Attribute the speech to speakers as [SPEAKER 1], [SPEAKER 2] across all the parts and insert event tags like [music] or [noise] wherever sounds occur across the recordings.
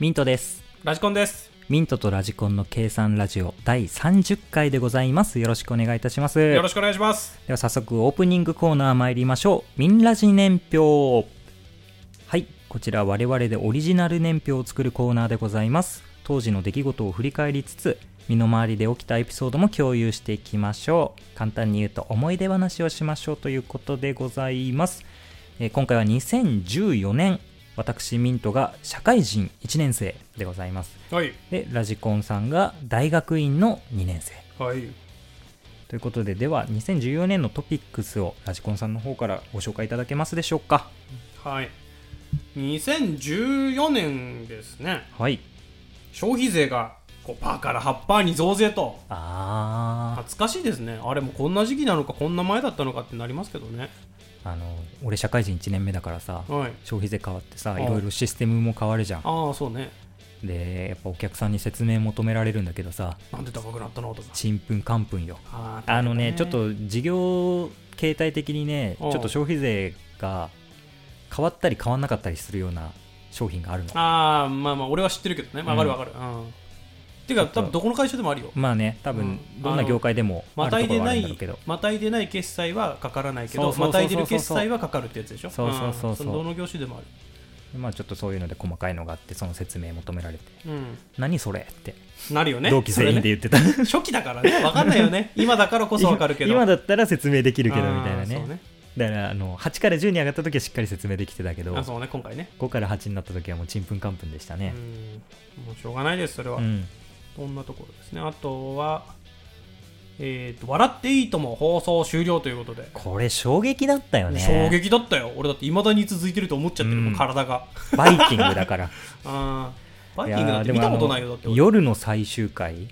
[SPEAKER 1] ミントです。
[SPEAKER 2] ラジコンです。
[SPEAKER 1] ミントとラジコンの計算ラジオ第30回でございます。よろしくお願いいたします。
[SPEAKER 2] よろしくお願いします。
[SPEAKER 1] では早速オープニングコーナー参りましょう。ミンラジ年表。はい、こちら我々でオリジナル年表を作るコーナーでございます。当時の出来事を振り返りつつ、身の回りで起きたエピソードも共有していきましょう。簡単に言うと思い出話をしましょうということでございます。えー今回は2014年、私ミントが社会人1年生でございます。
[SPEAKER 2] はい。
[SPEAKER 1] で、ラジコンさんが大学院の2年生。
[SPEAKER 2] はい。
[SPEAKER 1] ということででは2014年のトピックスをラジコンさんの方からご紹介いただけますでしょうか
[SPEAKER 2] はい。2014年ですね。
[SPEAKER 1] はい
[SPEAKER 2] 消費税が5%から8%に増税と。
[SPEAKER 1] あ
[SPEAKER 2] 懐かしいですね。あれもこんな時期なのか、こんな前だったのかってなりますけどね。
[SPEAKER 1] ーあの俺社会人1年目だからさ
[SPEAKER 2] はい。
[SPEAKER 1] 消費税変わってさ
[SPEAKER 2] ん
[SPEAKER 1] いろいろシステムも変わるじゃん
[SPEAKER 2] ああ、そうね。
[SPEAKER 1] でやっぱお客さんに説明求められるんだけどさ
[SPEAKER 2] なんで高くなったのとか。
[SPEAKER 1] ちんぷんかんぷんよ
[SPEAKER 2] あー
[SPEAKER 1] あのねちょっ。と事業形態的にねち
[SPEAKER 2] う
[SPEAKER 1] ょ
[SPEAKER 2] ん
[SPEAKER 1] っと消費税が変わったり変わんなかったりするような商品があるの
[SPEAKER 2] ああ、まあまあ、俺は知ってるけどね。まあわかるわかる。うん。てか、多分どこの会社でもあるよ。
[SPEAKER 1] まあね多
[SPEAKER 2] う
[SPEAKER 1] 分
[SPEAKER 2] ん
[SPEAKER 1] どんな業界でもあ
[SPEAKER 2] ま
[SPEAKER 1] る
[SPEAKER 2] た
[SPEAKER 1] と
[SPEAKER 2] い
[SPEAKER 1] こ
[SPEAKER 2] で
[SPEAKER 1] ろはあ
[SPEAKER 2] な
[SPEAKER 1] るんだろう
[SPEAKER 2] い
[SPEAKER 1] けど、
[SPEAKER 2] またいでない決済はかからないけ
[SPEAKER 1] そ
[SPEAKER 2] ど
[SPEAKER 1] う、そうそう
[SPEAKER 2] ま
[SPEAKER 1] そう
[SPEAKER 2] た
[SPEAKER 1] そう
[SPEAKER 2] いでる決済はかかるってやつでしょ。
[SPEAKER 1] そうそうそうそうん
[SPEAKER 2] どの業種でもある。
[SPEAKER 1] まあちょっとそういうので細かいのがあってその説明求められて
[SPEAKER 2] うん、
[SPEAKER 1] 何それって
[SPEAKER 2] なるよね
[SPEAKER 1] 同期全員で言ってた、
[SPEAKER 2] それね初期だからね分かんない
[SPEAKER 1] [laughs]
[SPEAKER 2] よね今だからこそ分かるけど
[SPEAKER 1] 今
[SPEAKER 2] だ
[SPEAKER 1] だったら説明できるけどみたいなね
[SPEAKER 2] そうね
[SPEAKER 1] だからあの8から10に上がった時はしっかり説明できてたけど
[SPEAKER 2] あそうね今回ね
[SPEAKER 1] 5から8になった時はもうちんぷんかんぷんでした
[SPEAKER 2] う
[SPEAKER 1] ね
[SPEAKER 2] んもうしょうがないですそれ
[SPEAKER 1] う
[SPEAKER 2] は、
[SPEAKER 1] ん、
[SPEAKER 2] こんなところですねあとはえー、と笑っていいとも放送終了ということで、
[SPEAKER 1] これ衝撃だったよね
[SPEAKER 2] 衝撃だったよ俺だっていまだに続いてると思っちゃってる、
[SPEAKER 1] うん
[SPEAKER 2] もう体が
[SPEAKER 1] バイキングだから
[SPEAKER 2] あー [laughs] バイ
[SPEAKER 1] や
[SPEAKER 2] キングなんて見たことないよだって
[SPEAKER 1] でもあの
[SPEAKER 2] 俺
[SPEAKER 1] 夜の最終回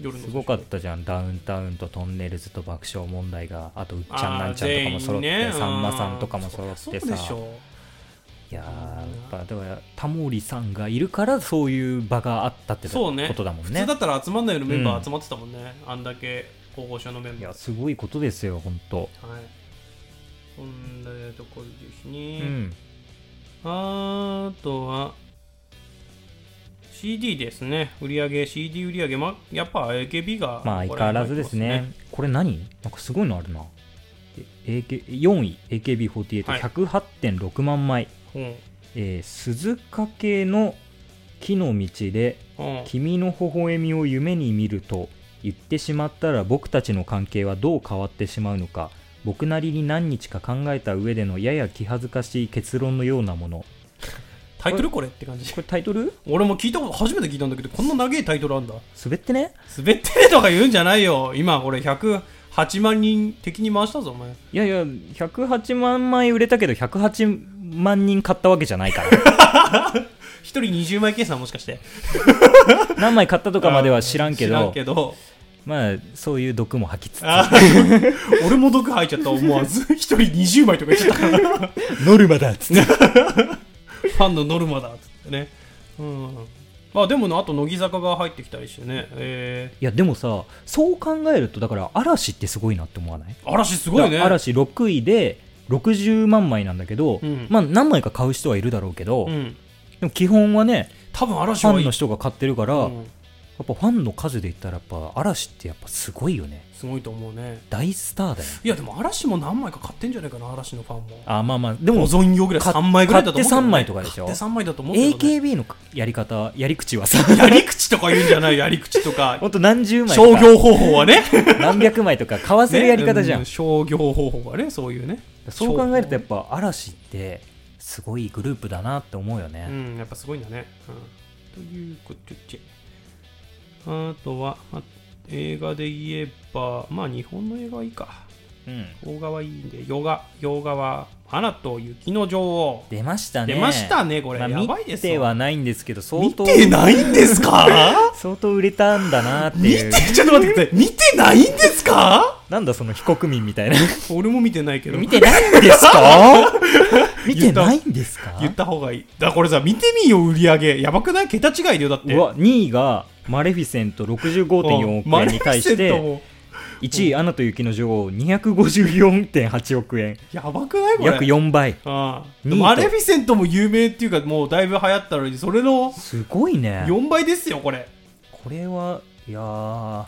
[SPEAKER 2] 夜
[SPEAKER 1] すごかったじゃんダウンタウンとトンネルズと爆笑問題があとうっちゃんなんちゃんとかも揃って、
[SPEAKER 2] あー全員ね
[SPEAKER 1] さんまさんとかも揃ってさ
[SPEAKER 2] うんそうでしょ
[SPEAKER 1] いやーやっぱだからタモリさんがいるからそういう場があったって
[SPEAKER 2] そうね
[SPEAKER 1] ことだもん
[SPEAKER 2] 普
[SPEAKER 1] ね
[SPEAKER 2] 通だったら集まんないようなメン
[SPEAKER 1] う
[SPEAKER 2] バ
[SPEAKER 1] ん
[SPEAKER 2] ー集まってたもんね、あんだけ高校者のメ
[SPEAKER 1] い
[SPEAKER 2] ンバー
[SPEAKER 1] やすごいことですよ本当
[SPEAKER 2] はい。こんなところです
[SPEAKER 1] う
[SPEAKER 2] ね。
[SPEAKER 1] ん
[SPEAKER 2] あとは、CD ですね。売り上げ、CD 売り上げ、ま、やっぱ AKB が、
[SPEAKER 1] まあ相変わらずですね。これ何なんかすごいのあるな AK4 位 AKB48
[SPEAKER 2] はい
[SPEAKER 1] 108.6万枚、
[SPEAKER 2] うん。
[SPEAKER 1] えー鈴懸の木の道で
[SPEAKER 2] うん
[SPEAKER 1] 君の微笑みを夢に見ると言ってしまったら僕たちの関係はどう変わってしまうのか僕なりに何日か考えた上でのやや気恥ずかしい結論のようなもの
[SPEAKER 2] タイトルこれって感じ
[SPEAKER 1] こ。れタイトル
[SPEAKER 2] 俺も聞いたこと、初めて聞いたんだけど、こんな長いタイトルあんだ。
[SPEAKER 1] 滑ってね
[SPEAKER 2] 滑ってねとか言うんじゃないよ。今、これ108万人敵に回したぞ、お前。
[SPEAKER 1] いやいや108万枚売れたけど108万人買ったわけじゃないから [laughs]
[SPEAKER 2] 一人20枚計算もしかして。
[SPEAKER 1] 何枚買ったとかまでは知らんけ
[SPEAKER 2] 知ら
[SPEAKER 1] ど
[SPEAKER 2] んけど。
[SPEAKER 1] まあそういう毒も吐きつつ
[SPEAKER 2] あ
[SPEAKER 1] [laughs]
[SPEAKER 2] 俺も毒吐いちゃった、思わず。一人20枚とか言っちゃったから。
[SPEAKER 1] ノルマだっ [laughs] つって
[SPEAKER 2] ファンのノルマだっつってね。うん。まあでもね、あと乃木坂が入ってきたりしてね。え
[SPEAKER 1] いやでもさそう考えるとだから嵐ってすごいなって思わない
[SPEAKER 2] ー、嵐すごいね。
[SPEAKER 1] だから嵐6位で60万枚なんだけど、
[SPEAKER 2] うん
[SPEAKER 1] まあ何枚か買う人はいるだろうけど、
[SPEAKER 2] うん。
[SPEAKER 1] でも基本はね
[SPEAKER 2] 多分嵐
[SPEAKER 1] ファ
[SPEAKER 2] は
[SPEAKER 1] ンの人が買ってるから、
[SPEAKER 2] う
[SPEAKER 1] や
[SPEAKER 2] ん
[SPEAKER 1] っぱファンの数で言ったらやっぱ嵐ってやっぱすごいよね
[SPEAKER 2] すごいと思うね。
[SPEAKER 1] 大スターだよ
[SPEAKER 2] いやでも嵐も何枚か買ってんじゃないかな、嵐のファンも。
[SPEAKER 1] あまあまあで
[SPEAKER 2] 保
[SPEAKER 1] も
[SPEAKER 2] 存用ぐらい
[SPEAKER 1] 買っ
[SPEAKER 2] 3枚ぐらいだと思うけどね、
[SPEAKER 1] 買って三枚とかでしょ
[SPEAKER 2] 買って3枚だと思うけど、ね。
[SPEAKER 1] AKB のやり方やり口はさ [laughs]
[SPEAKER 2] [laughs] やり口とか言うんじゃない、やり口とか
[SPEAKER 1] ほ。んと何十枚と
[SPEAKER 2] 商
[SPEAKER 1] か
[SPEAKER 2] 業方法
[SPEAKER 1] [laughs]
[SPEAKER 2] はね。
[SPEAKER 1] 何百枚とか買わせるやり方じゃん、
[SPEAKER 2] ねう商業方法はね、そういうね。
[SPEAKER 1] そう考えるとやっぱ嵐ってすごいグループだなって思うよ
[SPEAKER 2] う
[SPEAKER 1] ね、
[SPEAKER 2] ん、やっぱすごいんだね。うん、ということで、あとは、まあ映画で言えば、まあ日本の映画はいいか。
[SPEAKER 1] うん
[SPEAKER 2] 洋画はいいんで、洋画、洋画は、アナと雪の女王。
[SPEAKER 1] 出ましたね
[SPEAKER 2] 出ましたね、これ。
[SPEAKER 1] まあ
[SPEAKER 2] やば
[SPEAKER 1] 見
[SPEAKER 2] いです
[SPEAKER 1] て
[SPEAKER 2] よ。
[SPEAKER 1] はないんですけど相
[SPEAKER 2] 見
[SPEAKER 1] 当
[SPEAKER 2] てないんです
[SPEAKER 1] [laughs]
[SPEAKER 2] か
[SPEAKER 1] 相当売れたんだなって
[SPEAKER 2] 見
[SPEAKER 1] い
[SPEAKER 2] て
[SPEAKER 1] う、
[SPEAKER 2] ちょっと待ってください。見てないんですか
[SPEAKER 1] なんだその非国民みたいな
[SPEAKER 2] 俺 [laughs] も見てないけど。
[SPEAKER 1] 見てないんですか [laughs] 見てないんですか
[SPEAKER 2] 言った方がいい。だからこれさ、見てみよう、売り上げ。やばくない桁違いだよ、だって。
[SPEAKER 1] うわ2位がマレフィセント65.4億円に対し
[SPEAKER 2] マレフィセント
[SPEAKER 1] て
[SPEAKER 2] も
[SPEAKER 1] 1位、アナと雪の女王、254.8億円。
[SPEAKER 2] やばくないこれ
[SPEAKER 1] 約4倍。
[SPEAKER 2] ああ
[SPEAKER 1] 二位と
[SPEAKER 2] でもマレフィセントも有名っていうかもうだいぶ流行ったのにそれの
[SPEAKER 1] すごいね。
[SPEAKER 2] 4倍ですよこれ
[SPEAKER 1] これは、いやー、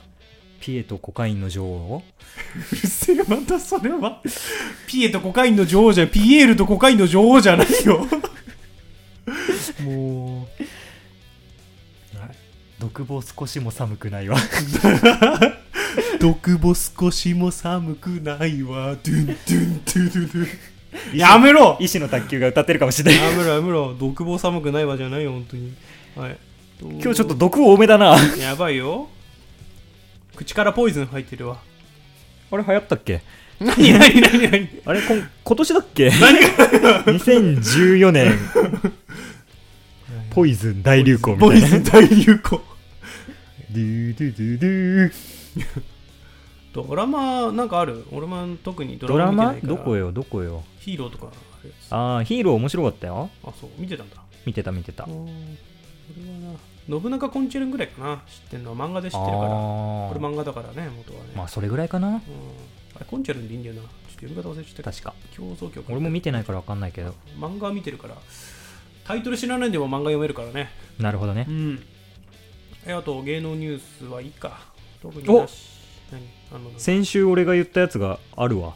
[SPEAKER 1] ピエとコカインの女王
[SPEAKER 2] うるせえまたそれはピエとコカインの女王じゃピエールとコカインの女王じゃないよ
[SPEAKER 1] [laughs]
[SPEAKER 2] もう
[SPEAKER 1] 独房少しも寒くないわ。
[SPEAKER 2] 毒も少しも寒くないわドゥンドゥンドゥドゥドゥやめろ
[SPEAKER 1] [laughs] 医師の卓球が歌ってるかもしれない。
[SPEAKER 2] やめろやめろ独房寒くないわじゃないよ本当にはい今
[SPEAKER 1] 今日ちょっと毒多めだな。
[SPEAKER 2] やばいよ口からポイズン入ってるわ
[SPEAKER 1] [laughs] あれ流行ったっけ
[SPEAKER 2] 何何何何
[SPEAKER 1] あれこん今年だっけ何が [laughs] ?2014 [laughs] 年、ポイズン大流行みた
[SPEAKER 2] ポイ
[SPEAKER 1] いな。
[SPEAKER 2] ズン大流行
[SPEAKER 1] [laughs] ドゥドゥドゥドゥ
[SPEAKER 2] ドラマなんかある俺も特にド
[SPEAKER 1] ド
[SPEAKER 2] ラ
[SPEAKER 1] ラ
[SPEAKER 2] マ
[SPEAKER 1] マ
[SPEAKER 2] 見てないから
[SPEAKER 1] どこよ、どこよ。
[SPEAKER 2] ヒーローとかあるやつあ
[SPEAKER 1] あー、ヒーロー面白かったよ。
[SPEAKER 2] そう見てたんだ
[SPEAKER 1] 見てた見てた。
[SPEAKER 2] あ
[SPEAKER 1] あ
[SPEAKER 2] ー俺はな信長コンチェルンぐらいかな知ってんのは漫画で知ってるからこれ
[SPEAKER 1] ー。
[SPEAKER 2] 漫画だからね元はね、
[SPEAKER 1] まあ、それぐらいかな。
[SPEAKER 2] うん、あれコンチェルンでいいんだよなちょっと読み方忘れちゃったけ
[SPEAKER 1] 確か。
[SPEAKER 2] ど競争曲
[SPEAKER 1] 俺も見てないからわかんないけど。
[SPEAKER 2] 漫画見てるからタイトル知らないでも漫画読めるからね
[SPEAKER 1] なるほどね
[SPEAKER 2] う。んえあと芸能ニュースはいいか特に
[SPEAKER 1] お
[SPEAKER 2] なし何あの
[SPEAKER 1] 先週俺が言ったやつがあるわ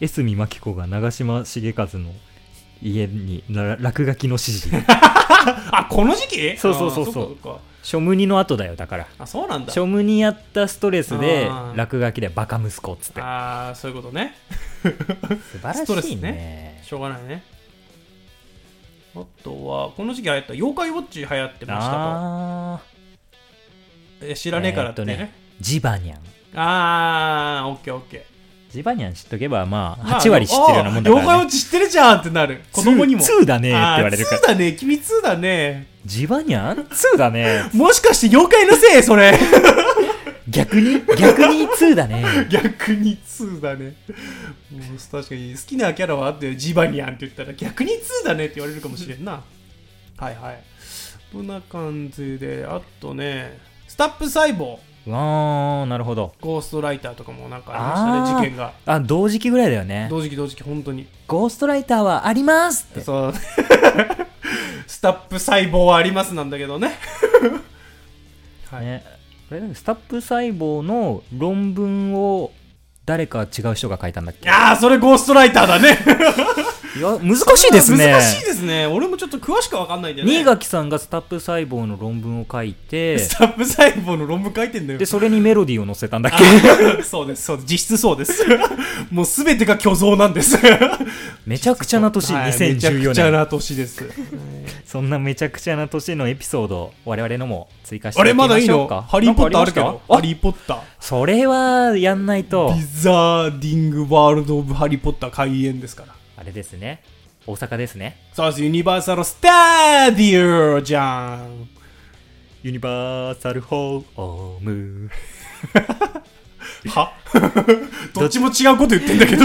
[SPEAKER 1] 江角真紀子が長嶋茂和の家にら落書きの指示
[SPEAKER 2] あこの時期
[SPEAKER 1] そうそうそうそう
[SPEAKER 2] あーっかっか
[SPEAKER 1] 庶務にの後だよだから
[SPEAKER 2] あそうなんだ
[SPEAKER 1] 庶務にやったストレスで
[SPEAKER 2] あー
[SPEAKER 1] 落書きでバカ息子っつって
[SPEAKER 2] ああそういうことね
[SPEAKER 1] 素
[SPEAKER 2] ストレスしょうがないねあとはこの時期流行った妖怪ウォッチ流行ってましたと
[SPEAKER 1] ああ
[SPEAKER 2] え知らねえからってね,、
[SPEAKER 1] えーっとジバニャン
[SPEAKER 2] ああオッケーオッケー
[SPEAKER 1] ジバニャン知っとけばま
[SPEAKER 2] ま
[SPEAKER 1] あ
[SPEAKER 2] あ
[SPEAKER 1] 8割知ってるようなもんだか
[SPEAKER 2] あ妖
[SPEAKER 1] ら、
[SPEAKER 2] 怪
[SPEAKER 1] ね
[SPEAKER 2] ウォッチ知ってるじゃんってなる子供にも
[SPEAKER 1] 2だねって
[SPEAKER 2] あー
[SPEAKER 1] 言われるから
[SPEAKER 2] ツーだね君2だね
[SPEAKER 1] ジバニャン2だね
[SPEAKER 2] もしかして妖怪のせいそれ
[SPEAKER 1] 逆に逆に2だね
[SPEAKER 2] 逆に2だねもう確かに好きなキャラはあってジバニャンって言ったら逆に2だねって言われるかもしれんなはいはいこんな感じであとねスタップ細胞
[SPEAKER 1] わあなるほど
[SPEAKER 2] ゴーストライターとかもなんかありました
[SPEAKER 1] あー
[SPEAKER 2] ね事件が
[SPEAKER 1] あ同時期ぐらいだよね
[SPEAKER 2] 同時期同時期本当に
[SPEAKER 1] ゴーストライターはありますって
[SPEAKER 2] そう [laughs] スタップ細胞はありますなんだけどねはい、
[SPEAKER 1] ね、これなんかスタップ細胞の論文を誰か違う人が書いたんだっけいや
[SPEAKER 2] ああそれゴーストライターだね
[SPEAKER 1] 難しいですね
[SPEAKER 2] [laughs] 難しいですね俺もちょっと詳しくわかんないんだよね
[SPEAKER 1] 新垣さんがスタップ細胞の論文を書いて
[SPEAKER 2] [laughs] スタップ細胞の論文書いてんだよ
[SPEAKER 1] でそれにメロディーを載せたんだっ
[SPEAKER 2] あ
[SPEAKER 1] け
[SPEAKER 2] そうですそうです実質そうです [laughs] もう全てが虚像なんです
[SPEAKER 1] めちゃくちゃな年、
[SPEAKER 2] はいめちゃ
[SPEAKER 1] 2014
[SPEAKER 2] くちゃ
[SPEAKER 1] 年
[SPEAKER 2] な年です
[SPEAKER 1] そんなめちゃくちゃな年のエピソード我々のも追加して
[SPEAKER 2] あ
[SPEAKER 1] い
[SPEAKER 2] れ
[SPEAKER 1] き
[SPEAKER 2] まだ
[SPEAKER 1] ま
[SPEAKER 2] いい
[SPEAKER 1] しょう
[SPEAKER 2] の
[SPEAKER 1] か
[SPEAKER 2] ハリー・ポッターあるけ
[SPEAKER 1] なんか
[SPEAKER 2] ど
[SPEAKER 1] りま
[SPEAKER 2] ハ
[SPEAKER 1] した
[SPEAKER 2] リー・ポッタ
[SPEAKER 1] あそれはやんないと
[SPEAKER 2] ービザーディング・ワールド・オブ・ハリー・ポッター開演ですから
[SPEAKER 1] あれですね大阪ですね
[SPEAKER 2] そうですユニバーサル・スタディオじゃん
[SPEAKER 1] ユニバーサルホーム
[SPEAKER 2] [laughs] はどっちも違うこと言ってんだ [laughs] けど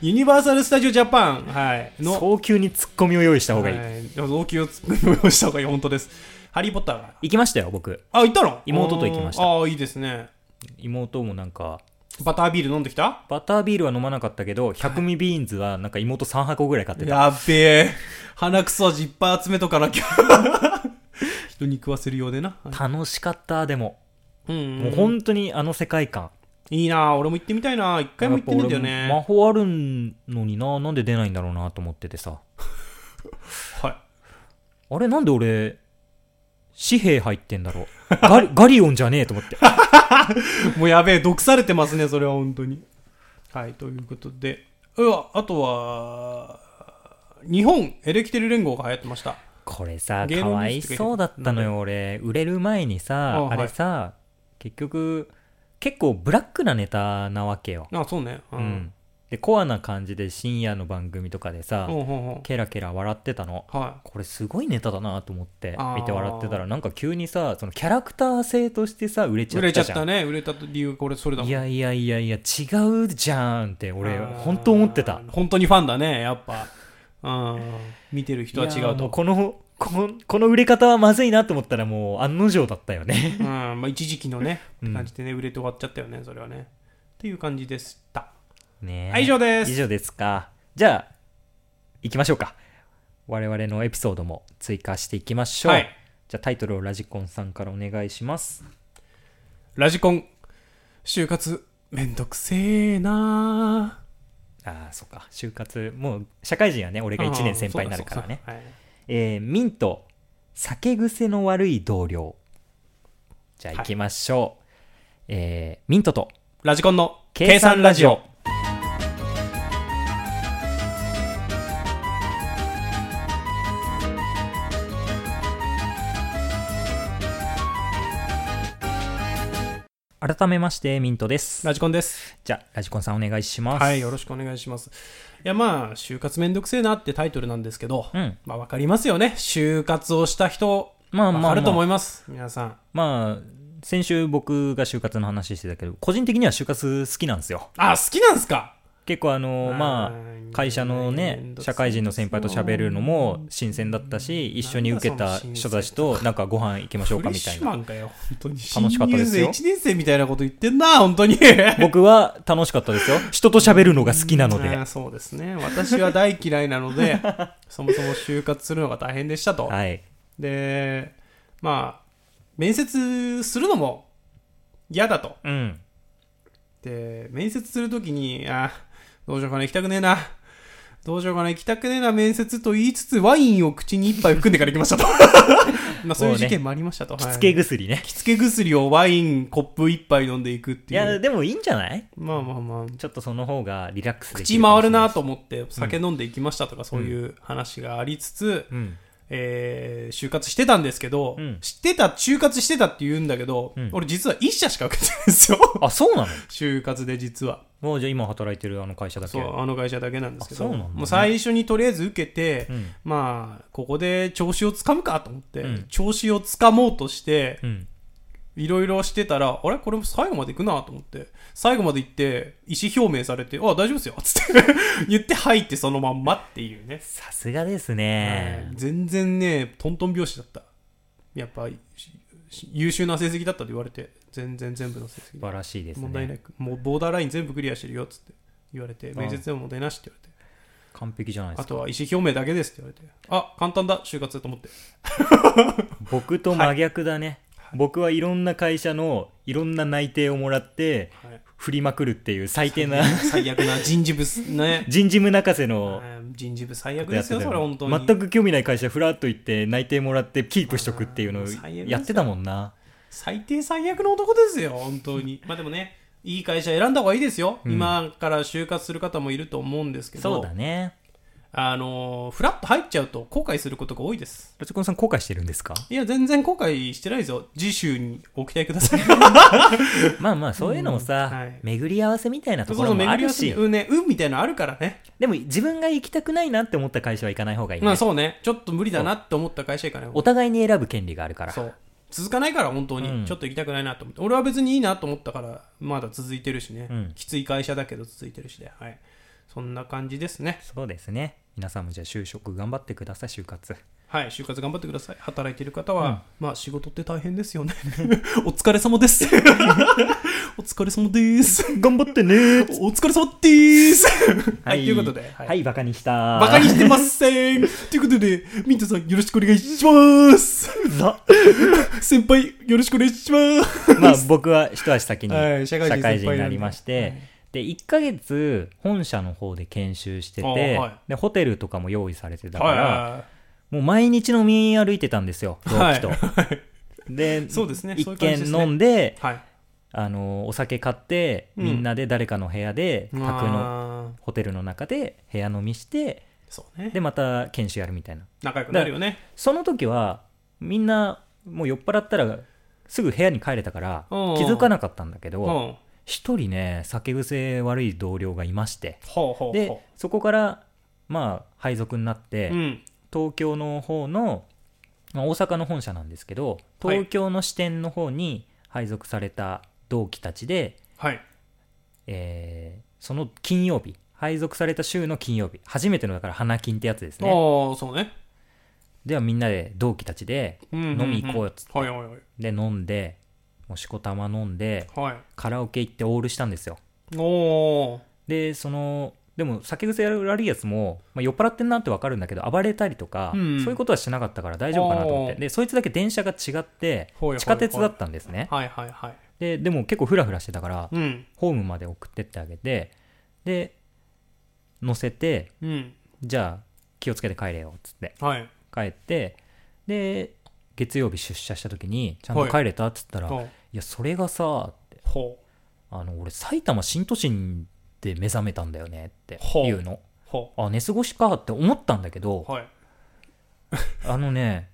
[SPEAKER 2] ユニバーサル・スタジオ・ジャパン、はい、の
[SPEAKER 1] 早急にツッコミを用意した方がいい、
[SPEAKER 2] はい同級を作り直した方がいい、本当です。ハリー・ポッターが。
[SPEAKER 1] 行きましたよ僕
[SPEAKER 2] あ、行ったの
[SPEAKER 1] 妹と行きました
[SPEAKER 2] ああ、いいですね。
[SPEAKER 1] 妹もなんか
[SPEAKER 2] バタービール飲んできた
[SPEAKER 1] バタービールは飲まなかったけど100ミビーンズはなんか妹3箱ぐらい買ってた
[SPEAKER 2] やっべえ。鼻くそ味いっぱい集めとかなきゃ。 [laughs] 人に食わせるようでな。はい
[SPEAKER 1] 楽しかったでも
[SPEAKER 2] うん
[SPEAKER 1] もう本当にあの世界観
[SPEAKER 2] いいな俺も行ってみたいな一回も行ってないんだよ
[SPEAKER 1] や
[SPEAKER 2] ね。
[SPEAKER 1] っぱ俺も魔法あるのにななんで出ないんだろうなと思っててさ
[SPEAKER 2] はい。
[SPEAKER 1] あれなんで俺紙幣入ってんだろうガ
[SPEAKER 2] [laughs]
[SPEAKER 1] リガリオンじゃねえと思って
[SPEAKER 2] もうやべえ、毒されてますね、それは本当に。はい、ということで。うわ、あとは、日本エレキテル連合が流行ってました。
[SPEAKER 1] これさ
[SPEAKER 2] 芸
[SPEAKER 1] か
[SPEAKER 2] 能
[SPEAKER 1] わ
[SPEAKER 2] ニュー
[SPEAKER 1] い
[SPEAKER 2] スって書いてる
[SPEAKER 1] そうだったのよ俺売れる前に
[SPEAKER 2] あ
[SPEAKER 1] さ
[SPEAKER 2] はい
[SPEAKER 1] あれさ結局結構ブラックなネタなわけよ
[SPEAKER 2] あ、そうね。う。
[SPEAKER 1] うんんでコアな感じで深夜の番組とかでさ、
[SPEAKER 2] うん、うん、うん。
[SPEAKER 1] ケラケラ笑ってたの
[SPEAKER 2] は
[SPEAKER 1] これすごいネタだなと思って
[SPEAKER 2] あー
[SPEAKER 1] 見て笑ってたらなんか急にさそのキャラクター性としてさ売れ
[SPEAKER 2] い。
[SPEAKER 1] ちゃ
[SPEAKER 2] 売
[SPEAKER 1] っ
[SPEAKER 2] れちゃ
[SPEAKER 1] た
[SPEAKER 2] っ
[SPEAKER 1] じゃ
[SPEAKER 2] た
[SPEAKER 1] ん
[SPEAKER 2] ね。売れた理由、これ、それだもん
[SPEAKER 1] い。やいやいやいや違うじゃんって俺
[SPEAKER 2] あー
[SPEAKER 1] 本当思ってた
[SPEAKER 2] 本当にファンだねやっぱうん見てる人は違
[SPEAKER 1] いや
[SPEAKER 2] う
[SPEAKER 1] もう
[SPEAKER 2] と
[SPEAKER 1] このここの売れ方はまずいなと思ったらもう案の定だったよね
[SPEAKER 2] [laughs] うんまあ、一時期のね、
[SPEAKER 1] うん
[SPEAKER 2] 感じでね、売れて終わっちゃったよね、それはね。っていう感じでした。
[SPEAKER 1] ねえ
[SPEAKER 2] はい、以上です。
[SPEAKER 1] 以上ですかじゃあ行きましょうか我々のエピソードも追加していきましょう、
[SPEAKER 2] はい
[SPEAKER 1] じゃあタイトルをラジコンさんからお願いします
[SPEAKER 2] ラジコン、就活、めんどくせえな
[SPEAKER 1] ああそっか就活もう社会人はね俺
[SPEAKER 2] ー
[SPEAKER 1] が1年先輩になるから。
[SPEAKER 2] うん
[SPEAKER 1] ね
[SPEAKER 2] そうだそうだはい
[SPEAKER 1] えーミント酒癖の悪い同僚じゃあ行きましょう、えーミントと
[SPEAKER 2] ラジコンの計算ラジオ。
[SPEAKER 1] 改めましてミントです
[SPEAKER 2] ラジコンです。
[SPEAKER 1] じゃあラジコンさんお願いします
[SPEAKER 2] はい、よろしくお願いします。いや、まあ、就活めんどくせえなってタイトルなんですけど、
[SPEAKER 1] うん
[SPEAKER 2] まあ、わかりますよね。就活をした人、
[SPEAKER 1] まあまあ、ま
[SPEAKER 2] わかると思
[SPEAKER 1] あ、
[SPEAKER 2] います。皆さん。
[SPEAKER 1] まあ先週僕が就活の話してたけど個人的には就活好きなんですよ
[SPEAKER 2] あ、好きなんすか
[SPEAKER 1] 結構あのまあ
[SPEAKER 2] ー
[SPEAKER 1] 会社の
[SPEAKER 2] めん
[SPEAKER 1] ね
[SPEAKER 2] どくせえ
[SPEAKER 1] 社会人の先輩と喋るのも新鮮だったし一緒に受けた人たちとなんかご飯行きましょうかみたい
[SPEAKER 2] フレッシュ
[SPEAKER 1] な
[SPEAKER 2] マンかよ。本当に。
[SPEAKER 1] 楽しかったですよ
[SPEAKER 2] 1年生みたいなこと言ってんな、本当に。
[SPEAKER 1] 僕は楽しかったですよ人と喋るのが好きなの
[SPEAKER 2] あ
[SPEAKER 1] で
[SPEAKER 2] ーそうですね。私は大嫌いなので、 [laughs] そもそも就活するのが大変でしたと。
[SPEAKER 1] はい
[SPEAKER 2] で、まあ、面接するのも嫌だと。
[SPEAKER 1] うん
[SPEAKER 2] で、面接するときに、あー、どうしようかな、行きたくねえな。どうしようかな、行きたくねえな、面接と言いつつ、ワインを口に一杯含んでから行きま [laughs] したと。まあ、そういう事件もありましたと。
[SPEAKER 1] きつ
[SPEAKER 2] は
[SPEAKER 1] け
[SPEAKER 2] い
[SPEAKER 1] 薬ね
[SPEAKER 2] 着付け薬をワインコップ一杯飲んでいくって
[SPEAKER 1] い
[SPEAKER 2] いう。
[SPEAKER 1] やでもいいんじゃない
[SPEAKER 2] まあまあまあ。
[SPEAKER 1] ちょっとその方がリラックスでき
[SPEAKER 2] 口
[SPEAKER 1] るかも
[SPEAKER 2] 回
[SPEAKER 1] しれ
[SPEAKER 2] る
[SPEAKER 1] い
[SPEAKER 2] なと思って酒飲んでいきましたとかそういう話がありつつ、
[SPEAKER 1] うん
[SPEAKER 2] えー就活してたんですけど、
[SPEAKER 1] うん
[SPEAKER 2] 知ってた、就活してたって言うんだけど、
[SPEAKER 1] うん
[SPEAKER 2] 俺実は1社しか受けてないんですよ。 [laughs]
[SPEAKER 1] あそうなの
[SPEAKER 2] 就活で実は。
[SPEAKER 1] もうじゃあ今働いてるあの会社だけ
[SPEAKER 2] そう、あの会社だけなんですけど、
[SPEAKER 1] あそうなんだね
[SPEAKER 2] もう最初にとりあえず受けて、
[SPEAKER 1] うん
[SPEAKER 2] まあ、ここで調子をつかむかと思って、
[SPEAKER 1] うん
[SPEAKER 2] 調子をつかもうとして、
[SPEAKER 1] うん
[SPEAKER 2] いろいろしてたら、あれこれも最後まで行くなと思って、最後まで行って、意思表明されて、あ、大丈夫ですよつって [laughs] 言って入ってそのまんまっていうね。
[SPEAKER 1] さすがですね
[SPEAKER 2] はい全然ね、トントン拍子だった。やっぱ、しし優秀な成績だったと言われて、全然全部の成績
[SPEAKER 1] 素晴らしいです
[SPEAKER 2] 問題な
[SPEAKER 1] ね
[SPEAKER 2] く、もうボーダーライン全部クリアしてるよっつって言われて、
[SPEAKER 1] ん
[SPEAKER 2] 面接でも問題なしって言われて、
[SPEAKER 1] 完璧じゃないで
[SPEAKER 2] あ
[SPEAKER 1] すか
[SPEAKER 2] とは意思表明だけですって言われて、あ、簡単だ、就活だと思って。
[SPEAKER 1] 僕と真逆だね、僕はいろんな会社のいろんな内定をもらって
[SPEAKER 2] はい
[SPEAKER 1] 振りまくるっていう [laughs] 最低な [laughs]
[SPEAKER 2] 最悪な人事部っすね。
[SPEAKER 1] 人事部泣かせの
[SPEAKER 2] はい人事部最悪
[SPEAKER 1] や
[SPEAKER 2] で
[SPEAKER 1] つ
[SPEAKER 2] すよ、それ本当に。
[SPEAKER 1] 全く興味ない会社ふらっと行って内定もらってキープしとくっていうのを
[SPEAKER 2] あー最悪ですよ
[SPEAKER 1] やってたもんな
[SPEAKER 2] 最低最悪の男ですよ、本当に。まあでもね、いい会社選んだ方がいいですよ。
[SPEAKER 1] うん
[SPEAKER 2] 今から就活する方もいると思うんですけど、
[SPEAKER 1] そうだね
[SPEAKER 2] あのー、フラッと入っちゃうと後悔することが多いです。
[SPEAKER 1] ラチコンさん後悔してるんです
[SPEAKER 2] [laughs]
[SPEAKER 1] か
[SPEAKER 2] いや、全然後悔してないですよ。次週にご期待くだ
[SPEAKER 1] [laughs]
[SPEAKER 2] さい。
[SPEAKER 1] まあまあそういうのもさ、
[SPEAKER 2] うんはい
[SPEAKER 1] 巡り合わせみたいなところ
[SPEAKER 2] そう
[SPEAKER 1] も
[SPEAKER 2] そう
[SPEAKER 1] あ
[SPEAKER 2] 巡り合
[SPEAKER 1] る
[SPEAKER 2] わせ
[SPEAKER 1] し
[SPEAKER 2] うんね、運みたいなのあるからね。
[SPEAKER 1] でも自分が行きたくないなって思った会社は行かない方がいい、ね
[SPEAKER 2] まあそうね、ちょっと無理だなって思った会社行かない方が
[SPEAKER 1] お互いに選ぶ権利があるから
[SPEAKER 2] そう。続かないから本当に、
[SPEAKER 1] うん
[SPEAKER 2] ちょっと行きたくないなと思って俺は別にいいなと思ったからまだ続いてるしね、
[SPEAKER 1] うん
[SPEAKER 2] きつい会社だけど続いてるしで、はい、そんな感じですね
[SPEAKER 1] そうですね皆さんもじゃあ就職頑張ってください就活
[SPEAKER 2] はい、就活頑張ってください。働いてる方は、まあ仕事って大変ですよね。 [laughs] お疲れ様です。 [laughs] お疲れ様です。
[SPEAKER 1] 頑張ってね
[SPEAKER 2] お疲れ様です。
[SPEAKER 1] [laughs]
[SPEAKER 2] は、
[SPEAKER 1] はいい
[SPEAKER 2] ということで、は
[SPEAKER 1] はいい、バカにした
[SPEAKER 2] バカにしてません。ということで、ミントさんよろしくお願いします。
[SPEAKER 1] ザ
[SPEAKER 2] [laughs] 先輩よろしくお願いします。
[SPEAKER 1] まあ僕は一足先に
[SPEAKER 2] はい
[SPEAKER 1] 社
[SPEAKER 2] 社
[SPEAKER 1] 会
[SPEAKER 2] 会人先輩なんで
[SPEAKER 1] 人になりまして、
[SPEAKER 2] はい
[SPEAKER 1] で1ヶ月本社の方で研修して
[SPEAKER 2] あ
[SPEAKER 1] て、
[SPEAKER 2] ーはい
[SPEAKER 1] でホテルとかも用意されてたから、
[SPEAKER 2] は
[SPEAKER 1] もう毎日飲み歩いてたんですよ同期と、
[SPEAKER 2] は
[SPEAKER 1] で
[SPEAKER 2] そうですねそうい
[SPEAKER 1] 一
[SPEAKER 2] う感じで
[SPEAKER 1] 軒
[SPEAKER 2] すね
[SPEAKER 1] 飲んで
[SPEAKER 2] い。はい。
[SPEAKER 1] あのお酒買って、
[SPEAKER 2] うん
[SPEAKER 1] みんなで誰かの部屋で宅の
[SPEAKER 2] まあ
[SPEAKER 1] ホテルの中で部屋飲みして
[SPEAKER 2] そうね。
[SPEAKER 1] でまた研修やるみたいな
[SPEAKER 2] 仲良くなるよね。
[SPEAKER 1] その時はみんなもう酔っ払ったらすぐ部屋に帰れたから気
[SPEAKER 2] うん
[SPEAKER 1] づかなかったんだけ
[SPEAKER 2] う
[SPEAKER 1] ど、
[SPEAKER 2] ん。ほ
[SPEAKER 1] 一人ね酒癖悪い同僚がいまして
[SPEAKER 2] うほうほう。
[SPEAKER 1] でそこからまあ配属になって、
[SPEAKER 2] うん。
[SPEAKER 1] 東京の方の、まあ、大阪の本社なんですけど
[SPEAKER 2] はい
[SPEAKER 1] 東京の支店の方に配属された同期たちで、
[SPEAKER 2] はい。
[SPEAKER 1] えーその金曜日配属された週の金曜日初めてのだから花金ってやつですね
[SPEAKER 2] ああ、そうね。
[SPEAKER 1] ではみんなで同期たちで飲
[SPEAKER 2] 飲
[SPEAKER 1] み行こうよっつっ
[SPEAKER 2] はいはいはい
[SPEAKER 1] で飲んでもうしこたま飲んで
[SPEAKER 2] はい
[SPEAKER 1] カラオケ行ってオールしたんですよ
[SPEAKER 2] おお
[SPEAKER 1] でそのでも酒癖悪いやつも、まあ、酔っ払ってんなって分かるんだけど暴れたりとか、
[SPEAKER 2] うん
[SPEAKER 1] そういうことはしなかったから大丈夫かなと思って
[SPEAKER 2] おー
[SPEAKER 1] でそいつだけ電車が違って
[SPEAKER 2] ほいほいほい
[SPEAKER 1] 地下鉄だったんですね
[SPEAKER 2] はいはいはい
[SPEAKER 1] ででも結構フラフラしてたから
[SPEAKER 2] うん
[SPEAKER 1] ホームまで送ってってあげてで乗せて
[SPEAKER 2] うん
[SPEAKER 1] じゃあ気をつけて帰れよっつって
[SPEAKER 2] はい
[SPEAKER 1] 帰ってで月曜日出社した時にちゃんと
[SPEAKER 2] はい
[SPEAKER 1] 帰れたっつったら、い、
[SPEAKER 2] ほ
[SPEAKER 1] やそれがさ
[SPEAKER 2] うほう
[SPEAKER 1] あの俺埼玉新都心で目覚めたんだよねって
[SPEAKER 2] ほう
[SPEAKER 1] いうの
[SPEAKER 2] ほ
[SPEAKER 1] あ寝過ごしかって思ったんだけど
[SPEAKER 2] うはい
[SPEAKER 1] あのね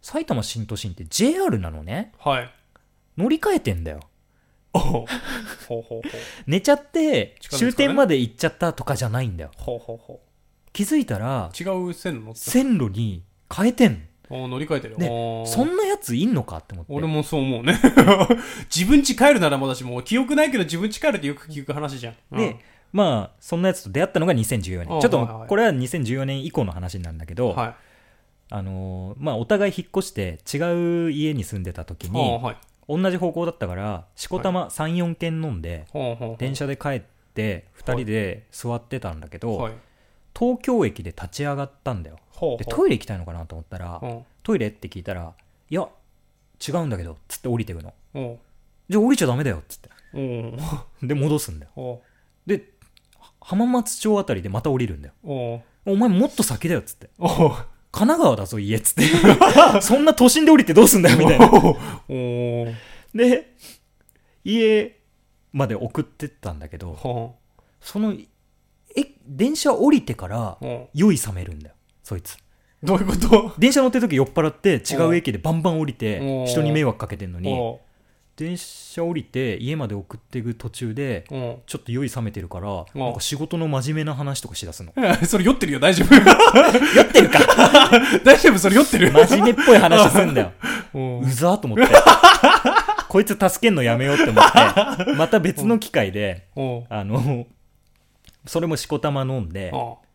[SPEAKER 1] 埼玉新都心って JR なのね
[SPEAKER 2] はい
[SPEAKER 1] 乗り換えてんだよ
[SPEAKER 2] おうほうほうほう
[SPEAKER 1] 寝ちゃって
[SPEAKER 2] 近いですかね
[SPEAKER 1] 終点まで行っちゃったとかじゃないんだよ
[SPEAKER 2] ほうほうほ
[SPEAKER 1] 気づいたら
[SPEAKER 2] う違う線乗ってた
[SPEAKER 1] 線路に変えてん
[SPEAKER 2] おー乗り換えてる
[SPEAKER 1] ね
[SPEAKER 2] おー
[SPEAKER 1] そんなやついんのかって思って
[SPEAKER 2] 俺もそう思うね [laughs] 自分家帰るならまだしもう記憶ないけど自分家帰るってよく聞く話じゃん、うん
[SPEAKER 1] で、まあ、そんなやつと出会ったのが2014
[SPEAKER 2] あ
[SPEAKER 1] 年。
[SPEAKER 2] あ
[SPEAKER 1] ちょっ
[SPEAKER 2] はいは
[SPEAKER 1] と
[SPEAKER 2] い、
[SPEAKER 1] これは2014年以降の話なんだけど、
[SPEAKER 2] は
[SPEAKER 1] あのー、まあ、お互い引っ越して違う家に住んでた時
[SPEAKER 2] いほ
[SPEAKER 1] に
[SPEAKER 2] う、はい
[SPEAKER 1] 同じ方向だったから、しこたま3、4軒飲んで、
[SPEAKER 2] ほうほうほう
[SPEAKER 1] 電車で帰って、2人で座ってたんだけ
[SPEAKER 2] は
[SPEAKER 1] ど、
[SPEAKER 2] い
[SPEAKER 1] 東京駅で立ち上がったんだよ。
[SPEAKER 2] ほう
[SPEAKER 1] で、
[SPEAKER 2] ほ
[SPEAKER 1] トイレ行きたいのかなと思ったら
[SPEAKER 2] う、ほ
[SPEAKER 1] トイレって聞いたら、いや、違うんだけど、つって降りてくの。
[SPEAKER 2] うほ
[SPEAKER 1] じゃあ降りちゃダメだよ、つって。
[SPEAKER 2] うおう
[SPEAKER 1] で、戻すんだよ。
[SPEAKER 2] ほ
[SPEAKER 1] で、浜松町あたりでまた降りるんだよ。
[SPEAKER 2] うおう
[SPEAKER 1] お前もっと先だよ、つって。
[SPEAKER 2] おう
[SPEAKER 1] 神奈川だぞ、家っつって。
[SPEAKER 2] [laughs]
[SPEAKER 1] そんな都心で降りてどうすんだよ、みたいな。
[SPEAKER 2] おう
[SPEAKER 1] で、家まで送ってったんだけど、
[SPEAKER 2] ほ
[SPEAKER 1] その、え、電車降りてから
[SPEAKER 2] う、ほ
[SPEAKER 1] 酔い冷めるんだよ、そいつ。
[SPEAKER 2] うどういうこと
[SPEAKER 1] 電車乗ってる時酔っ払って、違う駅でバンバン降りて
[SPEAKER 2] お、
[SPEAKER 1] 人に迷惑かけてんのに、
[SPEAKER 2] おう
[SPEAKER 1] 電車降りて家まで送っていく途中で、
[SPEAKER 2] おう
[SPEAKER 1] ちょっと酔い冷めてるから、なんか仕事の真面目な話とかしだすの。
[SPEAKER 2] それ酔ってるよ、大丈夫。 [laughs] 酔ってるか [laughs] 大丈夫、それ酔ってる。
[SPEAKER 1] 真面目っぽい話すんだよ。
[SPEAKER 2] おう
[SPEAKER 1] うざーと思って。こいつ助けんのやめようって思って、また別の機会で、
[SPEAKER 2] おう
[SPEAKER 1] あの、それもしこたま飲んで、
[SPEAKER 2] おう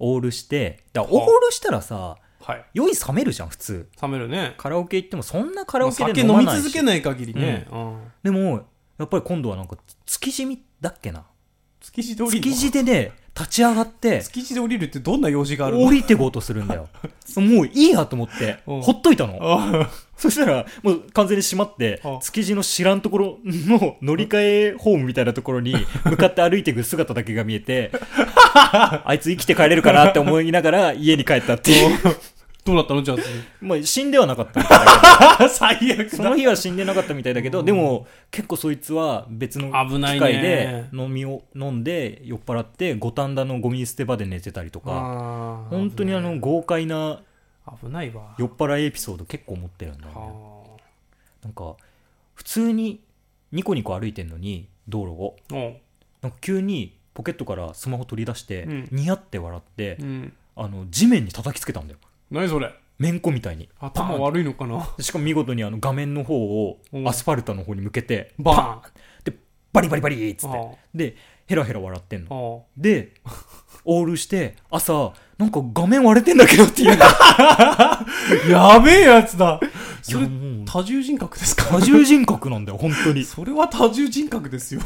[SPEAKER 1] オールして、だから
[SPEAKER 2] は
[SPEAKER 1] オ
[SPEAKER 2] あ
[SPEAKER 1] ールしたらさ、
[SPEAKER 2] はい。
[SPEAKER 1] 酔い冷めるじゃん、普通。
[SPEAKER 2] 冷めるね。
[SPEAKER 1] カラオケ行ってもそんなカラオケ
[SPEAKER 2] 酒
[SPEAKER 1] で
[SPEAKER 2] 飲
[SPEAKER 1] 飲ま
[SPEAKER 2] み
[SPEAKER 1] ない
[SPEAKER 2] 続
[SPEAKER 1] し
[SPEAKER 2] け。ない限りね。うん
[SPEAKER 1] でも、やっぱり今度はなんか、築地みだっけな。
[SPEAKER 2] 築地で降りる
[SPEAKER 1] 築
[SPEAKER 2] の
[SPEAKER 1] 地でね、立ち上がって、 [laughs]
[SPEAKER 2] 築地で降りるってどんな用事がある
[SPEAKER 1] 降
[SPEAKER 2] の
[SPEAKER 1] りてこうとするんだ [laughs] よ。もういいやと思って、
[SPEAKER 2] うん
[SPEAKER 1] ほっといたの。
[SPEAKER 2] あ
[SPEAKER 1] そしたら、もう完全に閉まって
[SPEAKER 2] あ、
[SPEAKER 1] 築地の知らんところの乗り換えホームみたいなところ [laughs] に向かって歩いていく姿だけが見え [laughs] て、あいつ生きて帰れるかなって思いながら家に帰ったっていう。
[SPEAKER 2] どうなったのじゃ
[SPEAKER 1] まあ死んではなかったみたいだ
[SPEAKER 2] あ、 [laughs] 最悪
[SPEAKER 1] けど。その日は死んでなかったみたいだけど、でも結構そいつは別の
[SPEAKER 2] 危ない
[SPEAKER 1] 機会
[SPEAKER 2] ね
[SPEAKER 1] で飲みを、飲んで酔っ払って五反田のゴミ捨て場で寝てたりとか、
[SPEAKER 2] あー
[SPEAKER 1] 本当にあの豪快な
[SPEAKER 2] 危ないわ。
[SPEAKER 1] 酔っ払いエピソード結構持ってるんだよね。
[SPEAKER 2] は
[SPEAKER 1] なんか普通にニコニコ歩いてんのに道路を
[SPEAKER 2] あおう
[SPEAKER 1] なんか急にポケットからスマホ取り出して、
[SPEAKER 2] うん
[SPEAKER 1] ニヤって笑って、
[SPEAKER 2] うん。
[SPEAKER 1] あの地面に叩きつけたんだよ
[SPEAKER 2] 何それ
[SPEAKER 1] めんこみたいに
[SPEAKER 2] 頭
[SPEAKER 1] パーンっ
[SPEAKER 2] 悪いのかな [laughs]
[SPEAKER 1] てしかも見事にあの画面の方を
[SPEAKER 2] うん
[SPEAKER 1] アスファルトの方に向けて
[SPEAKER 2] バーン
[SPEAKER 1] バリバリバリっつっ
[SPEAKER 2] あ
[SPEAKER 1] て
[SPEAKER 2] あ
[SPEAKER 1] でヘラヘラ笑ってんの
[SPEAKER 2] あ
[SPEAKER 1] でオールして朝なんか画面割れてんだけどって
[SPEAKER 2] [laughs]
[SPEAKER 1] 言うんだよ
[SPEAKER 2] あやべえやつだそれ
[SPEAKER 1] いやもう
[SPEAKER 2] 多重人格ですか
[SPEAKER 1] 多重人格なんだよ本当に
[SPEAKER 2] それは多重人格ですよ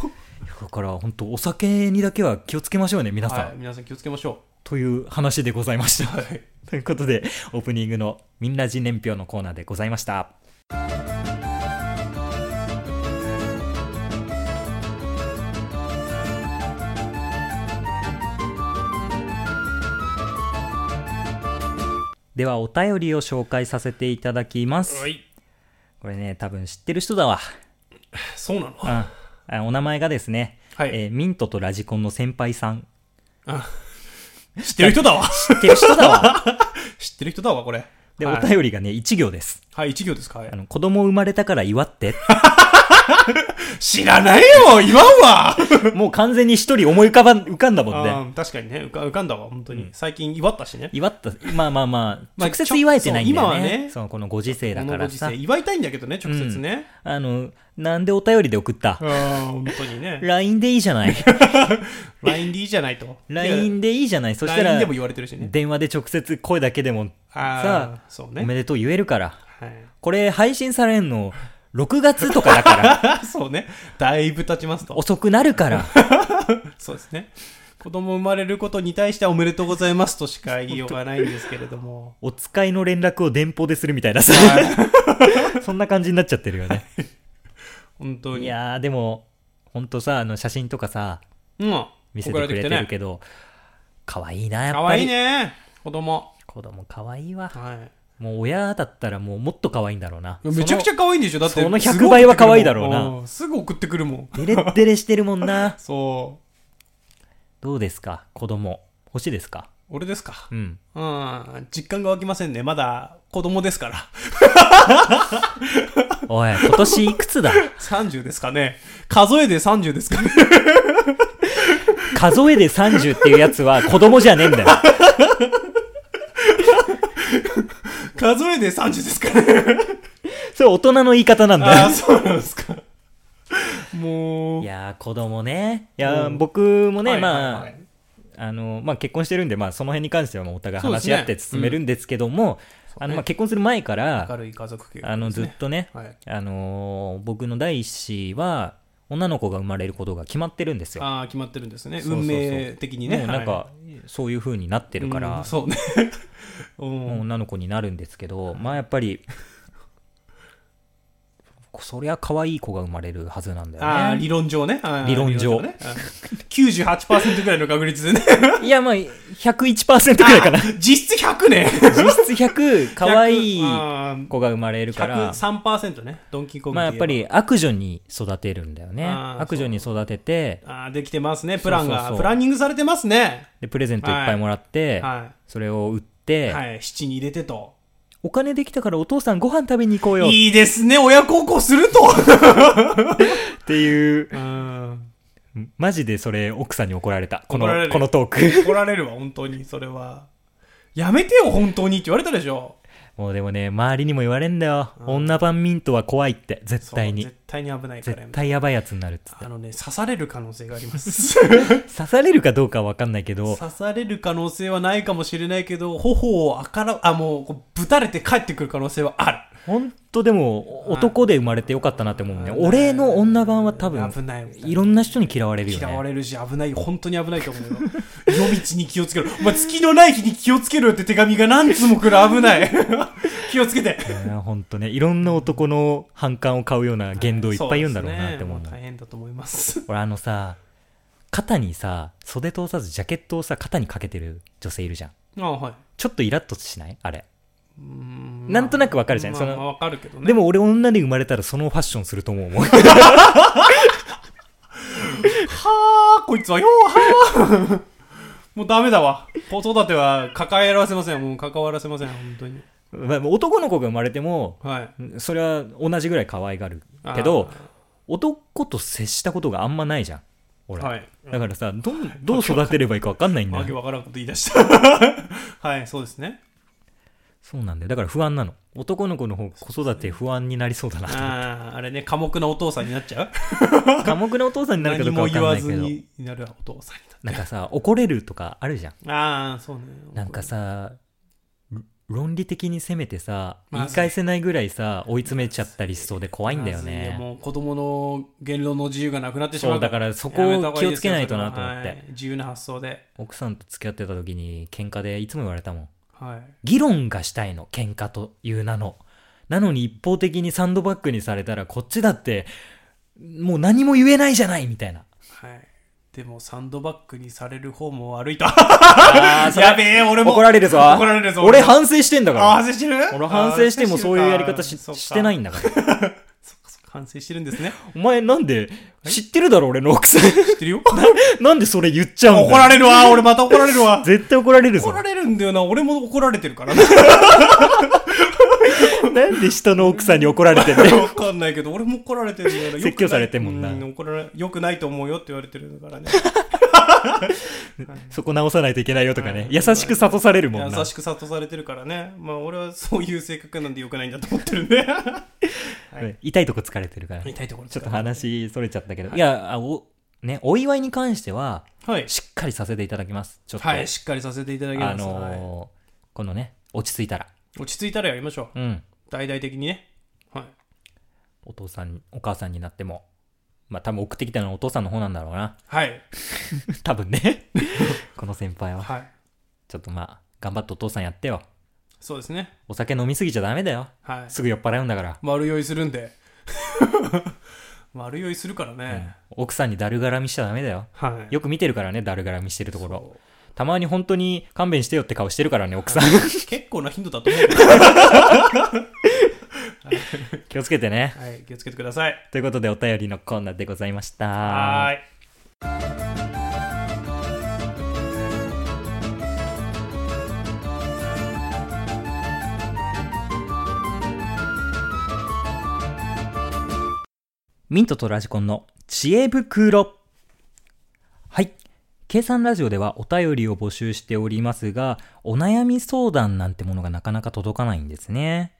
[SPEAKER 1] だから本当お酒にだけは気をつけましょうね皆さん、
[SPEAKER 2] はい皆さん気をつけましょ
[SPEAKER 1] という話でございました
[SPEAKER 2] うはい
[SPEAKER 1] [laughs] ということで、オープニングのみんな人年表のコーナーでございました。では、お便りを紹介させていただきます。
[SPEAKER 2] はい
[SPEAKER 1] これね、多分知ってる人だわ。
[SPEAKER 2] そうなの
[SPEAKER 1] うんあお名前がですね、
[SPEAKER 2] はい
[SPEAKER 1] えーミントとラジコンの先輩さん。
[SPEAKER 2] 知ってる人だわ
[SPEAKER 1] 知ってる人だ
[SPEAKER 2] [laughs]
[SPEAKER 1] わ。
[SPEAKER 2] 知ってる人だわこれ
[SPEAKER 1] で、
[SPEAKER 2] はい
[SPEAKER 1] お便りがね、1行です。
[SPEAKER 2] はい1行ですかはい
[SPEAKER 1] あの、子供生まれたから祝って。 [laughs]
[SPEAKER 2] 知らないよ言わんわ
[SPEAKER 1] もう完全に一人思い浮かばん、浮かんだもん
[SPEAKER 2] あ
[SPEAKER 1] ね。
[SPEAKER 2] ー確かにね浮か浮かんだわ本当に、
[SPEAKER 1] うん
[SPEAKER 2] 最近祝ったしね
[SPEAKER 1] 祝った、まあまあまあ、
[SPEAKER 2] [laughs] まあ
[SPEAKER 1] 直接祝えてないんだよね。
[SPEAKER 2] ちょそう今はね
[SPEAKER 1] そのこのご時世だか
[SPEAKER 2] このご
[SPEAKER 1] ら
[SPEAKER 2] 時
[SPEAKER 1] さ
[SPEAKER 2] 世。祝いたいんだけどね直接ね、
[SPEAKER 1] あの、なんでお便りで送った
[SPEAKER 2] ああ本当
[SPEAKER 1] [laughs]
[SPEAKER 2] にね
[SPEAKER 1] ?LINE でいいじゃない。
[SPEAKER 2] LINE でいいじゃないと
[SPEAKER 1] LINE でいいじゃない。そした
[SPEAKER 2] LINE
[SPEAKER 1] ら
[SPEAKER 2] で、も言われてるしね
[SPEAKER 1] 電話で直接声だけでも、
[SPEAKER 2] ああそう
[SPEAKER 1] お
[SPEAKER 2] ね
[SPEAKER 1] めでとう言えるから。
[SPEAKER 2] はい
[SPEAKER 1] これ配信されんの、6月とかだ
[SPEAKER 2] [laughs]
[SPEAKER 1] から。
[SPEAKER 2] あそうね。だいぶ経ちますと。
[SPEAKER 1] 遅くなるから。
[SPEAKER 2] そうですね。子供生まれることに対してはおめでとうございますとしか言いようがないんですけれども。
[SPEAKER 1] お使いの連絡を電報でするみたいなさ。 [laughs] そんな感じになっちゃってるよね。
[SPEAKER 2] [laughs] 本当
[SPEAKER 1] い
[SPEAKER 2] に。
[SPEAKER 1] やー、でも、ほんとさ、あの、写真とかさ、
[SPEAKER 2] うん。
[SPEAKER 1] 見せてくれて
[SPEAKER 2] 送ら
[SPEAKER 1] るけど、可愛いな、やっぱり。
[SPEAKER 2] かわいいね。子供。
[SPEAKER 1] 子供可愛いわ。
[SPEAKER 2] は
[SPEAKER 1] もう親だったらもうもっと可愛いんだろうな。
[SPEAKER 2] い。めちゃくち
[SPEAKER 1] ゃ。
[SPEAKER 2] ゃ可愛いんでしょだって。
[SPEAKER 1] その
[SPEAKER 2] す
[SPEAKER 1] 100
[SPEAKER 2] ぐ送ってくるもん
[SPEAKER 1] 倍は可愛いだろうな
[SPEAKER 2] うんすぐ送ってくるもん。。
[SPEAKER 1] デレッデレしてるもんな
[SPEAKER 2] そう。
[SPEAKER 1] どうですか子供。欲しいですか
[SPEAKER 2] 俺ですか。
[SPEAKER 1] うん。
[SPEAKER 2] うん。実感が湧きませんね。まだ子供ですから。 [laughs]
[SPEAKER 1] おい、今年いくつだ
[SPEAKER 2] 30ですかね。数えで30ですかね。
[SPEAKER 1] 数えで30っていうやつは子供じゃねえんだよ。
[SPEAKER 2] 数えで30ですかね。
[SPEAKER 1] それ大人の言い方なんだ
[SPEAKER 2] あ
[SPEAKER 1] よ
[SPEAKER 2] あ、。そうなんですか。もう。
[SPEAKER 1] いやー、子供ね。いやー、
[SPEAKER 2] うん
[SPEAKER 1] 僕もね、
[SPEAKER 2] はいは
[SPEAKER 1] ま
[SPEAKER 2] いは
[SPEAKER 1] あ
[SPEAKER 2] い、
[SPEAKER 1] あの、まあ結婚してるんで、まあその辺に関してはもうお互い
[SPEAKER 2] そうで
[SPEAKER 1] 話
[SPEAKER 2] す
[SPEAKER 1] し
[SPEAKER 2] ね
[SPEAKER 1] 合って進めるんですけども、
[SPEAKER 2] うん
[SPEAKER 1] あ
[SPEAKER 2] そう
[SPEAKER 1] の、
[SPEAKER 2] ね
[SPEAKER 1] まあ結婚する前から、
[SPEAKER 2] 明るい家族系、
[SPEAKER 1] あの、ずっとね、
[SPEAKER 2] はい。
[SPEAKER 1] あのー僕の第一子は、女の子が生まれることが決まってるんですよ。
[SPEAKER 2] ああ、決まってるんですね。
[SPEAKER 1] そうそうそう
[SPEAKER 2] 運命的にね。
[SPEAKER 1] もうなん
[SPEAKER 2] は
[SPEAKER 1] か、そういう風になって
[SPEAKER 2] い
[SPEAKER 1] るから、
[SPEAKER 2] うんそうね。 [laughs] うん
[SPEAKER 1] もう女の子になるんですけど、まあやっぱり、そりゃ可愛い子が生まれるはずなんだ
[SPEAKER 2] ああ、
[SPEAKER 1] よね。
[SPEAKER 2] 理論上ね。あー
[SPEAKER 1] 理論上
[SPEAKER 2] ね。あー98%ぐらいの確率でね。 [laughs]
[SPEAKER 1] いや、まあ、101%くらいかな。
[SPEAKER 2] 実質100ね。
[SPEAKER 1] 実質100、可愛い
[SPEAKER 2] 100
[SPEAKER 1] 子が生まれるから、
[SPEAKER 2] 103%ね。ドンキーコング
[SPEAKER 1] まあやっぱり悪女に育てるんだよね。
[SPEAKER 2] あー
[SPEAKER 1] 悪女に育てて、
[SPEAKER 2] ああ、できてますね。プランが。
[SPEAKER 1] そうそうそう
[SPEAKER 2] プランニングされてますね。
[SPEAKER 1] で、プレゼントいっぱいもらって、
[SPEAKER 2] は
[SPEAKER 1] それを売っ
[SPEAKER 2] い。
[SPEAKER 1] て、
[SPEAKER 2] はい。七に入れてと。
[SPEAKER 1] お金できたからお父さんご飯食べに行こうよっ
[SPEAKER 2] いいですね。親孝行
[SPEAKER 1] [laughs]
[SPEAKER 2] すると。
[SPEAKER 1] ていう、
[SPEAKER 2] うん。
[SPEAKER 1] マジでそれ奥さんに怒られた。こ
[SPEAKER 2] 怒られ
[SPEAKER 1] の、
[SPEAKER 2] る
[SPEAKER 1] このトーク。 [laughs]
[SPEAKER 2] 怒られるわ、本当に。それは。やめてよ、本当にって言われたでしょ。
[SPEAKER 1] もうでもね、周りにも言われんだよ。女版ミントは怖いって、絶対に
[SPEAKER 2] そう。絶対に危ないからや
[SPEAKER 1] 絶
[SPEAKER 2] めて
[SPEAKER 1] 対やばいやつになるっつって
[SPEAKER 2] あ。のね刺される可能性があります
[SPEAKER 1] 刺されるかどうかはわかんないけど、
[SPEAKER 2] [laughs] 刺される可能性はないかもしれないけど頬をあからあもうこうぶたれて帰ってくる可能性はある
[SPEAKER 1] ほんとでも、男で生まれてよかったなって思うね。
[SPEAKER 2] うん
[SPEAKER 1] 俺の女版は多分、
[SPEAKER 2] 危ない
[SPEAKER 1] いろんな人に嫌われるよね。
[SPEAKER 2] 嫌われるし危ない本当に危ないと思うよ [laughs] 夜道に気をつけろお前月のない日に気をつけろよって手紙が何つも来る危ない [laughs] 気をつけて
[SPEAKER 1] いやほんとね、いろんな男の反感を買うような言動いっぱい言うんだろうなって思うの。
[SPEAKER 2] そですねも大変だと思います [laughs]
[SPEAKER 1] 俺あのさ、肩にさ、袖通さずジャケットをさ、肩にかけてる女性いるじゃん。
[SPEAKER 2] あはい
[SPEAKER 1] ちょっとイラッとしないあれ。
[SPEAKER 2] うーん
[SPEAKER 1] なんとなくわかるじゃん
[SPEAKER 2] まあ
[SPEAKER 1] その
[SPEAKER 2] まあわかるけどね
[SPEAKER 1] でも俺女に生まれたらそのファッションすると
[SPEAKER 2] [laughs]
[SPEAKER 1] 思うもん。
[SPEAKER 2] はあ、こいつはよう、はあ。 [laughs] もうダメだわ。子育ては抱えらせません。もう関わらせません。本当に。
[SPEAKER 1] まあ男の子が生まれても、
[SPEAKER 2] はい。
[SPEAKER 1] それは同じぐらい可愛がるけど
[SPEAKER 2] あ、
[SPEAKER 1] 男と接したことがあんまないじゃん。
[SPEAKER 2] ー、
[SPEAKER 1] 俺。
[SPEAKER 2] はい。
[SPEAKER 1] だからさ、どん、どう育てればいいかわかんないんだ
[SPEAKER 2] わけ
[SPEAKER 1] よ。
[SPEAKER 2] わからんこと言い出した。 [laughs] はい、そうですね。
[SPEAKER 1] そうなんだよ。だから不安なの。男の子の方、子育て不安になりそうだな。
[SPEAKER 2] ああ、あれね、寡黙なお父さんになっちゃう [laughs]
[SPEAKER 1] 寡黙なお父さんに [laughs] なるか
[SPEAKER 2] 何
[SPEAKER 1] どうか
[SPEAKER 2] も
[SPEAKER 1] わか
[SPEAKER 2] 言
[SPEAKER 1] んないけど。
[SPEAKER 2] わずになるお父さんになる。
[SPEAKER 1] なんかさ、怒れるとかあるじゃん。
[SPEAKER 2] ああ、そうね。
[SPEAKER 1] なんかさ、ろ論理的に攻めてさ、
[SPEAKER 2] ま
[SPEAKER 1] 言
[SPEAKER 2] ずい
[SPEAKER 1] い返せないぐらいさ、追い詰めちゃったりしそうで怖いんだよ
[SPEAKER 2] まずい
[SPEAKER 1] ね。
[SPEAKER 2] もう子供の言論の自由がなくなってしま、
[SPEAKER 1] そうう、だかららそこを気をつけないとなと思っ
[SPEAKER 2] やめた方がいいですよ
[SPEAKER 1] て。
[SPEAKER 2] それははい自由な発想で。
[SPEAKER 1] 奥さんと付き合ってた時に喧嘩でいつも言われたもん。
[SPEAKER 2] はい。
[SPEAKER 1] 議論がしたいの、喧嘩という名の。なのに一方的にサンドバッグにされたらこっちだって、もう何も言えないじゃないみたいな。
[SPEAKER 2] はい。でも、サンドバッグにされる方も悪いと。
[SPEAKER 1] あ
[SPEAKER 2] やべえ、俺も。
[SPEAKER 1] 怒られるぞ。
[SPEAKER 2] 怒られるぞ。
[SPEAKER 1] 俺反省してんだか
[SPEAKER 2] あ、
[SPEAKER 1] ら。
[SPEAKER 2] 反省してる
[SPEAKER 1] 俺反省してもそういうやり方ししてない
[SPEAKER 2] ん
[SPEAKER 1] んだから。
[SPEAKER 2] 反省してるんです
[SPEAKER 1] [laughs]
[SPEAKER 2] ね。
[SPEAKER 1] お前なんで、知ってるだろ俺の奥さん。
[SPEAKER 2] [laughs] 知ってるよ。
[SPEAKER 1] なんでそれ言っちゃうんだよ
[SPEAKER 2] 怒られる
[SPEAKER 1] [laughs]
[SPEAKER 2] わ。俺また怒られるわ。
[SPEAKER 1] 絶対怒られるぞ [laughs]
[SPEAKER 2] 怒。られるんだよな。俺も怒られてるからね。
[SPEAKER 1] なんで人の奥さんに怒られ
[SPEAKER 2] [laughs]
[SPEAKER 1] てんだよ。
[SPEAKER 2] わかんないけど、俺も怒られてるからよくない、
[SPEAKER 1] 説教されてんもんな
[SPEAKER 2] う怒られ、よくないと思うよって言われてるから
[SPEAKER 1] [laughs]
[SPEAKER 2] ね。
[SPEAKER 1] そこ直さないといけないよとかね。
[SPEAKER 2] はい
[SPEAKER 1] 優しく諭されるもんな
[SPEAKER 2] 優。しく諭されてるからね。まあ、俺はそういう性格なんでよくないんだと思って
[SPEAKER 1] [laughs]
[SPEAKER 2] るんで。はい
[SPEAKER 1] うん痛いとこ疲れてるから。ち
[SPEAKER 2] 痛いところ
[SPEAKER 1] ょっと話それちゃったけど。いや、あお、ね、お祝いに関しては、
[SPEAKER 2] はい。
[SPEAKER 1] しっかりさせていただきます。ちょっと。
[SPEAKER 2] はい、しっかりさせていただき
[SPEAKER 1] あ
[SPEAKER 2] ます。はい
[SPEAKER 1] のーこのね、落ち着いたら。
[SPEAKER 2] 落ち着いたらやりましょ
[SPEAKER 1] うん。
[SPEAKER 2] う。大々的にね。はい。
[SPEAKER 1] お父さん、お母さんになっても。まあ、多分送ってきたのはお父さんの方なんだろう
[SPEAKER 2] [laughs]
[SPEAKER 1] な。
[SPEAKER 2] はい。
[SPEAKER 1] 多分ね。 [laughs] この先輩は。
[SPEAKER 2] はい。
[SPEAKER 1] ちょっとまあ、頑張ってお父さんやってよ。
[SPEAKER 2] そうですね。
[SPEAKER 1] お酒飲みすぎちゃダメだよ。
[SPEAKER 2] はい。
[SPEAKER 1] すぐ酔っ払うんだから。
[SPEAKER 2] 丸酔いするんで。 [laughs] 丸酔いするからね。
[SPEAKER 1] うん奥さんにだるがらみしちゃダメだよ。
[SPEAKER 2] はい。
[SPEAKER 1] よく見てるからね、だるがらみしてるところ。
[SPEAKER 2] そう
[SPEAKER 1] たまに本当に勘弁してよって顔してるからね、奥さん。
[SPEAKER 2] 結構な頻度だと思う
[SPEAKER 1] [laughs]
[SPEAKER 2] けど。は
[SPEAKER 1] 気をつけてね。
[SPEAKER 2] い。気をつけてください。
[SPEAKER 1] ということで、お便りのコーナーでございました。
[SPEAKER 2] はーい。
[SPEAKER 1] ミントとラジコンの知恵袋。はい。計算ラジオではお便りを募集しておりますが、お悩み相談なんてものがなかなか届かないんですね。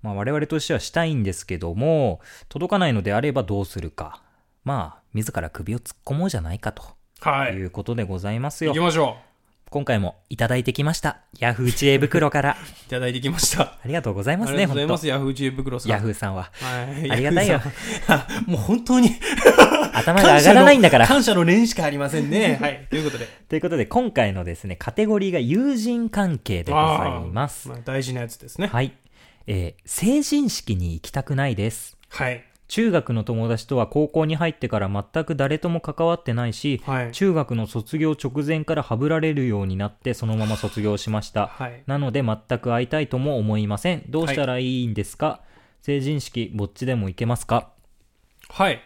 [SPEAKER 1] まあ我々としてはしたいんですけども、届かないのであればどうするか。まあ、自ら首を突っ込もうじゃないかと
[SPEAKER 2] はいい。
[SPEAKER 1] うことでございますよ。
[SPEAKER 2] 行きましょ
[SPEAKER 1] 今回もいただいてきました。ヤフー知恵袋から。
[SPEAKER 2] う。いただいてきました。
[SPEAKER 1] ありがとうございま
[SPEAKER 2] あ
[SPEAKER 1] す
[SPEAKER 2] りがと
[SPEAKER 1] ね、
[SPEAKER 2] うござい
[SPEAKER 1] 本
[SPEAKER 2] ます。
[SPEAKER 1] 当
[SPEAKER 2] ヤフー知恵袋さん。
[SPEAKER 1] ヤフーさんは。
[SPEAKER 2] はい。
[SPEAKER 1] ありがたいよ
[SPEAKER 2] ヤフーさん。 [laughs] あもう本当に
[SPEAKER 1] 頭が上がらないんだから。
[SPEAKER 2] 感謝の感謝の念しかありませ
[SPEAKER 1] [laughs]
[SPEAKER 2] んね。はい。ということで。
[SPEAKER 1] ということで、今回のですね、カテゴリーが友人関係でございます。
[SPEAKER 2] あーあ大事なやつですね。
[SPEAKER 1] はい。えー成人式に行きたくないです。
[SPEAKER 2] はい。
[SPEAKER 1] 中学の友達とは高校に入ってから全く誰とも関わってないし、
[SPEAKER 2] はい。
[SPEAKER 1] 中学の卒業直前からハブられるようになってそのまま卒業しました。
[SPEAKER 2] はい。
[SPEAKER 1] なので全く会いたいとも思いません。どうしたらいいんですか、成人式、ぼっちでも行けますか
[SPEAKER 2] はい。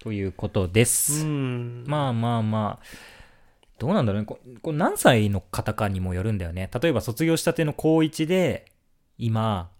[SPEAKER 1] ということで
[SPEAKER 2] う
[SPEAKER 1] す。
[SPEAKER 2] ん。
[SPEAKER 1] まあまあまあ、どうなんだろうね。ここれ何歳の方かにもよるんだよね。例えば卒業したての高1で、今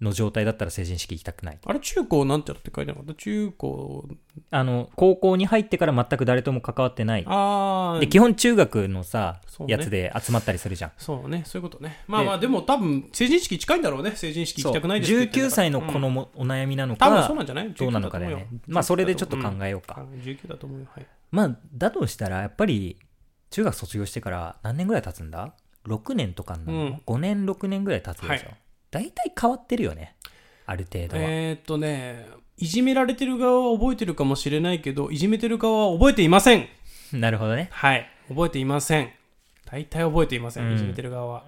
[SPEAKER 1] の状態だったら成人式行きたくない。
[SPEAKER 2] あれ、中高なんちゃらって書いてなかった中高。
[SPEAKER 1] あの、高校に入ってから全く誰とも関わってない。
[SPEAKER 2] あ
[SPEAKER 1] で、
[SPEAKER 2] あ。
[SPEAKER 1] 基本中学のさ、
[SPEAKER 2] そうね
[SPEAKER 1] やつで集まったりするじゃん。
[SPEAKER 2] そうね。そういうことね。まあまあ、でも多分、成人式近いんだろうね。成人式行きたくないですって言っ
[SPEAKER 1] 19
[SPEAKER 2] てたから
[SPEAKER 1] 歳の子のも、お悩みなの
[SPEAKER 2] 多分そ
[SPEAKER 1] か
[SPEAKER 2] う、なんじゃない
[SPEAKER 1] どうなのかだよね。まあ、それでちょっと考えようか。
[SPEAKER 2] え。19だと思うよ。はい。
[SPEAKER 1] まあ、だとしたら、やっぱり、中学卒業してから何年ぐらい経つんだ ?6 年とかになるの、
[SPEAKER 2] うん
[SPEAKER 1] ?5 年、6年ぐらい経つでしょ。
[SPEAKER 2] は
[SPEAKER 1] 大体変わってるよね。ある程度は。
[SPEAKER 2] えーっとね、いじめられてる側は覚えてるかもしれないけど、いじめてる側は覚えていません。
[SPEAKER 1] なるほどね。
[SPEAKER 2] はい。覚えていません。大体覚えていません。
[SPEAKER 1] うん
[SPEAKER 2] いじめてる側は。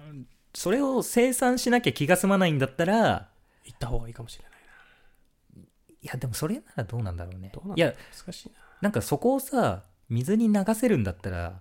[SPEAKER 1] それを清算しなきゃ気が済まないんだったら、
[SPEAKER 2] 行った方がいいかもしれない
[SPEAKER 1] いや、でもそれならどうなんだろうね。
[SPEAKER 2] どうなん
[SPEAKER 1] い
[SPEAKER 2] だ
[SPEAKER 1] や、
[SPEAKER 2] な。難しいな。
[SPEAKER 1] なんかそこをさ、水に流せるんだったら、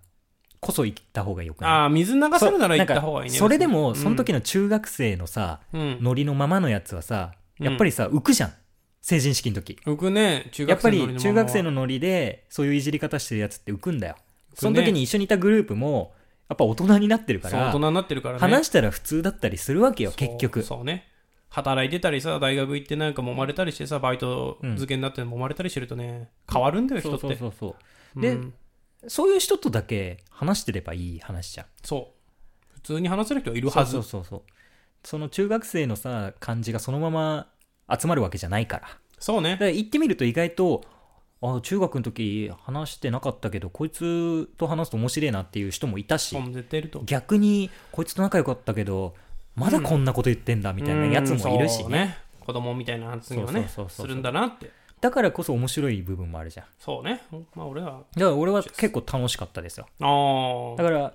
[SPEAKER 1] こそ行った方がよくない
[SPEAKER 2] ああー、水流せるなら行った方がいいね。
[SPEAKER 1] それでも、
[SPEAKER 2] うん
[SPEAKER 1] その時の中学生のさ、
[SPEAKER 2] うん。
[SPEAKER 1] ノリのままのやつはさ、やっぱりさ、浮くじゃん。成人式の時。
[SPEAKER 2] 僕ね、中
[SPEAKER 1] やっ
[SPEAKER 2] 学
[SPEAKER 1] ぱ
[SPEAKER 2] 生のノリの
[SPEAKER 1] り中学生のノリでそういういじり方してるやつって浮くんだよ、
[SPEAKER 2] ね
[SPEAKER 1] その時に一緒にいたグループもやっぱ大人になってるか
[SPEAKER 2] ままは
[SPEAKER 1] ら、
[SPEAKER 2] そう大人になってるからね。
[SPEAKER 1] 話したら普通だったりするわけよ
[SPEAKER 2] そう
[SPEAKER 1] 結局
[SPEAKER 2] そうね。働いてたりさ、大学行ってなんか揉まれたりしてさ、バイト漬けになって揉まれたりしてるとね、変わるんだよ、人
[SPEAKER 1] そう
[SPEAKER 2] っ
[SPEAKER 1] そう
[SPEAKER 2] て。
[SPEAKER 1] そうそう
[SPEAKER 2] うん
[SPEAKER 1] でそういう人とだけ話してればいい話じゃん
[SPEAKER 2] そう。普通に話せる人はいるは
[SPEAKER 1] そ
[SPEAKER 2] ず
[SPEAKER 1] う。そうそうそうその中学生のさ感じがそのまま集まるわけじゃないから
[SPEAKER 2] そう
[SPEAKER 1] だ
[SPEAKER 2] ね。
[SPEAKER 1] から行ってみると意外とあ中学の時話してなかったけどこいつと話すと面白いなっていう人もいたし
[SPEAKER 2] そう絶対いると思う。
[SPEAKER 1] 逆にこいつと仲良かったけどまだこんなこと言ってんだみたいなやつもいるし
[SPEAKER 2] うんそう
[SPEAKER 1] ね
[SPEAKER 2] ね。子供みたいな発言を
[SPEAKER 1] そう
[SPEAKER 2] ね、
[SPEAKER 1] そうそうそう
[SPEAKER 2] するんだなって。
[SPEAKER 1] だからこそ面白い部分もあるじゃん
[SPEAKER 2] そうね。まあ俺は。
[SPEAKER 1] だから俺は結構楽しかったですよ
[SPEAKER 2] あ
[SPEAKER 1] だか
[SPEAKER 2] あ。
[SPEAKER 1] ら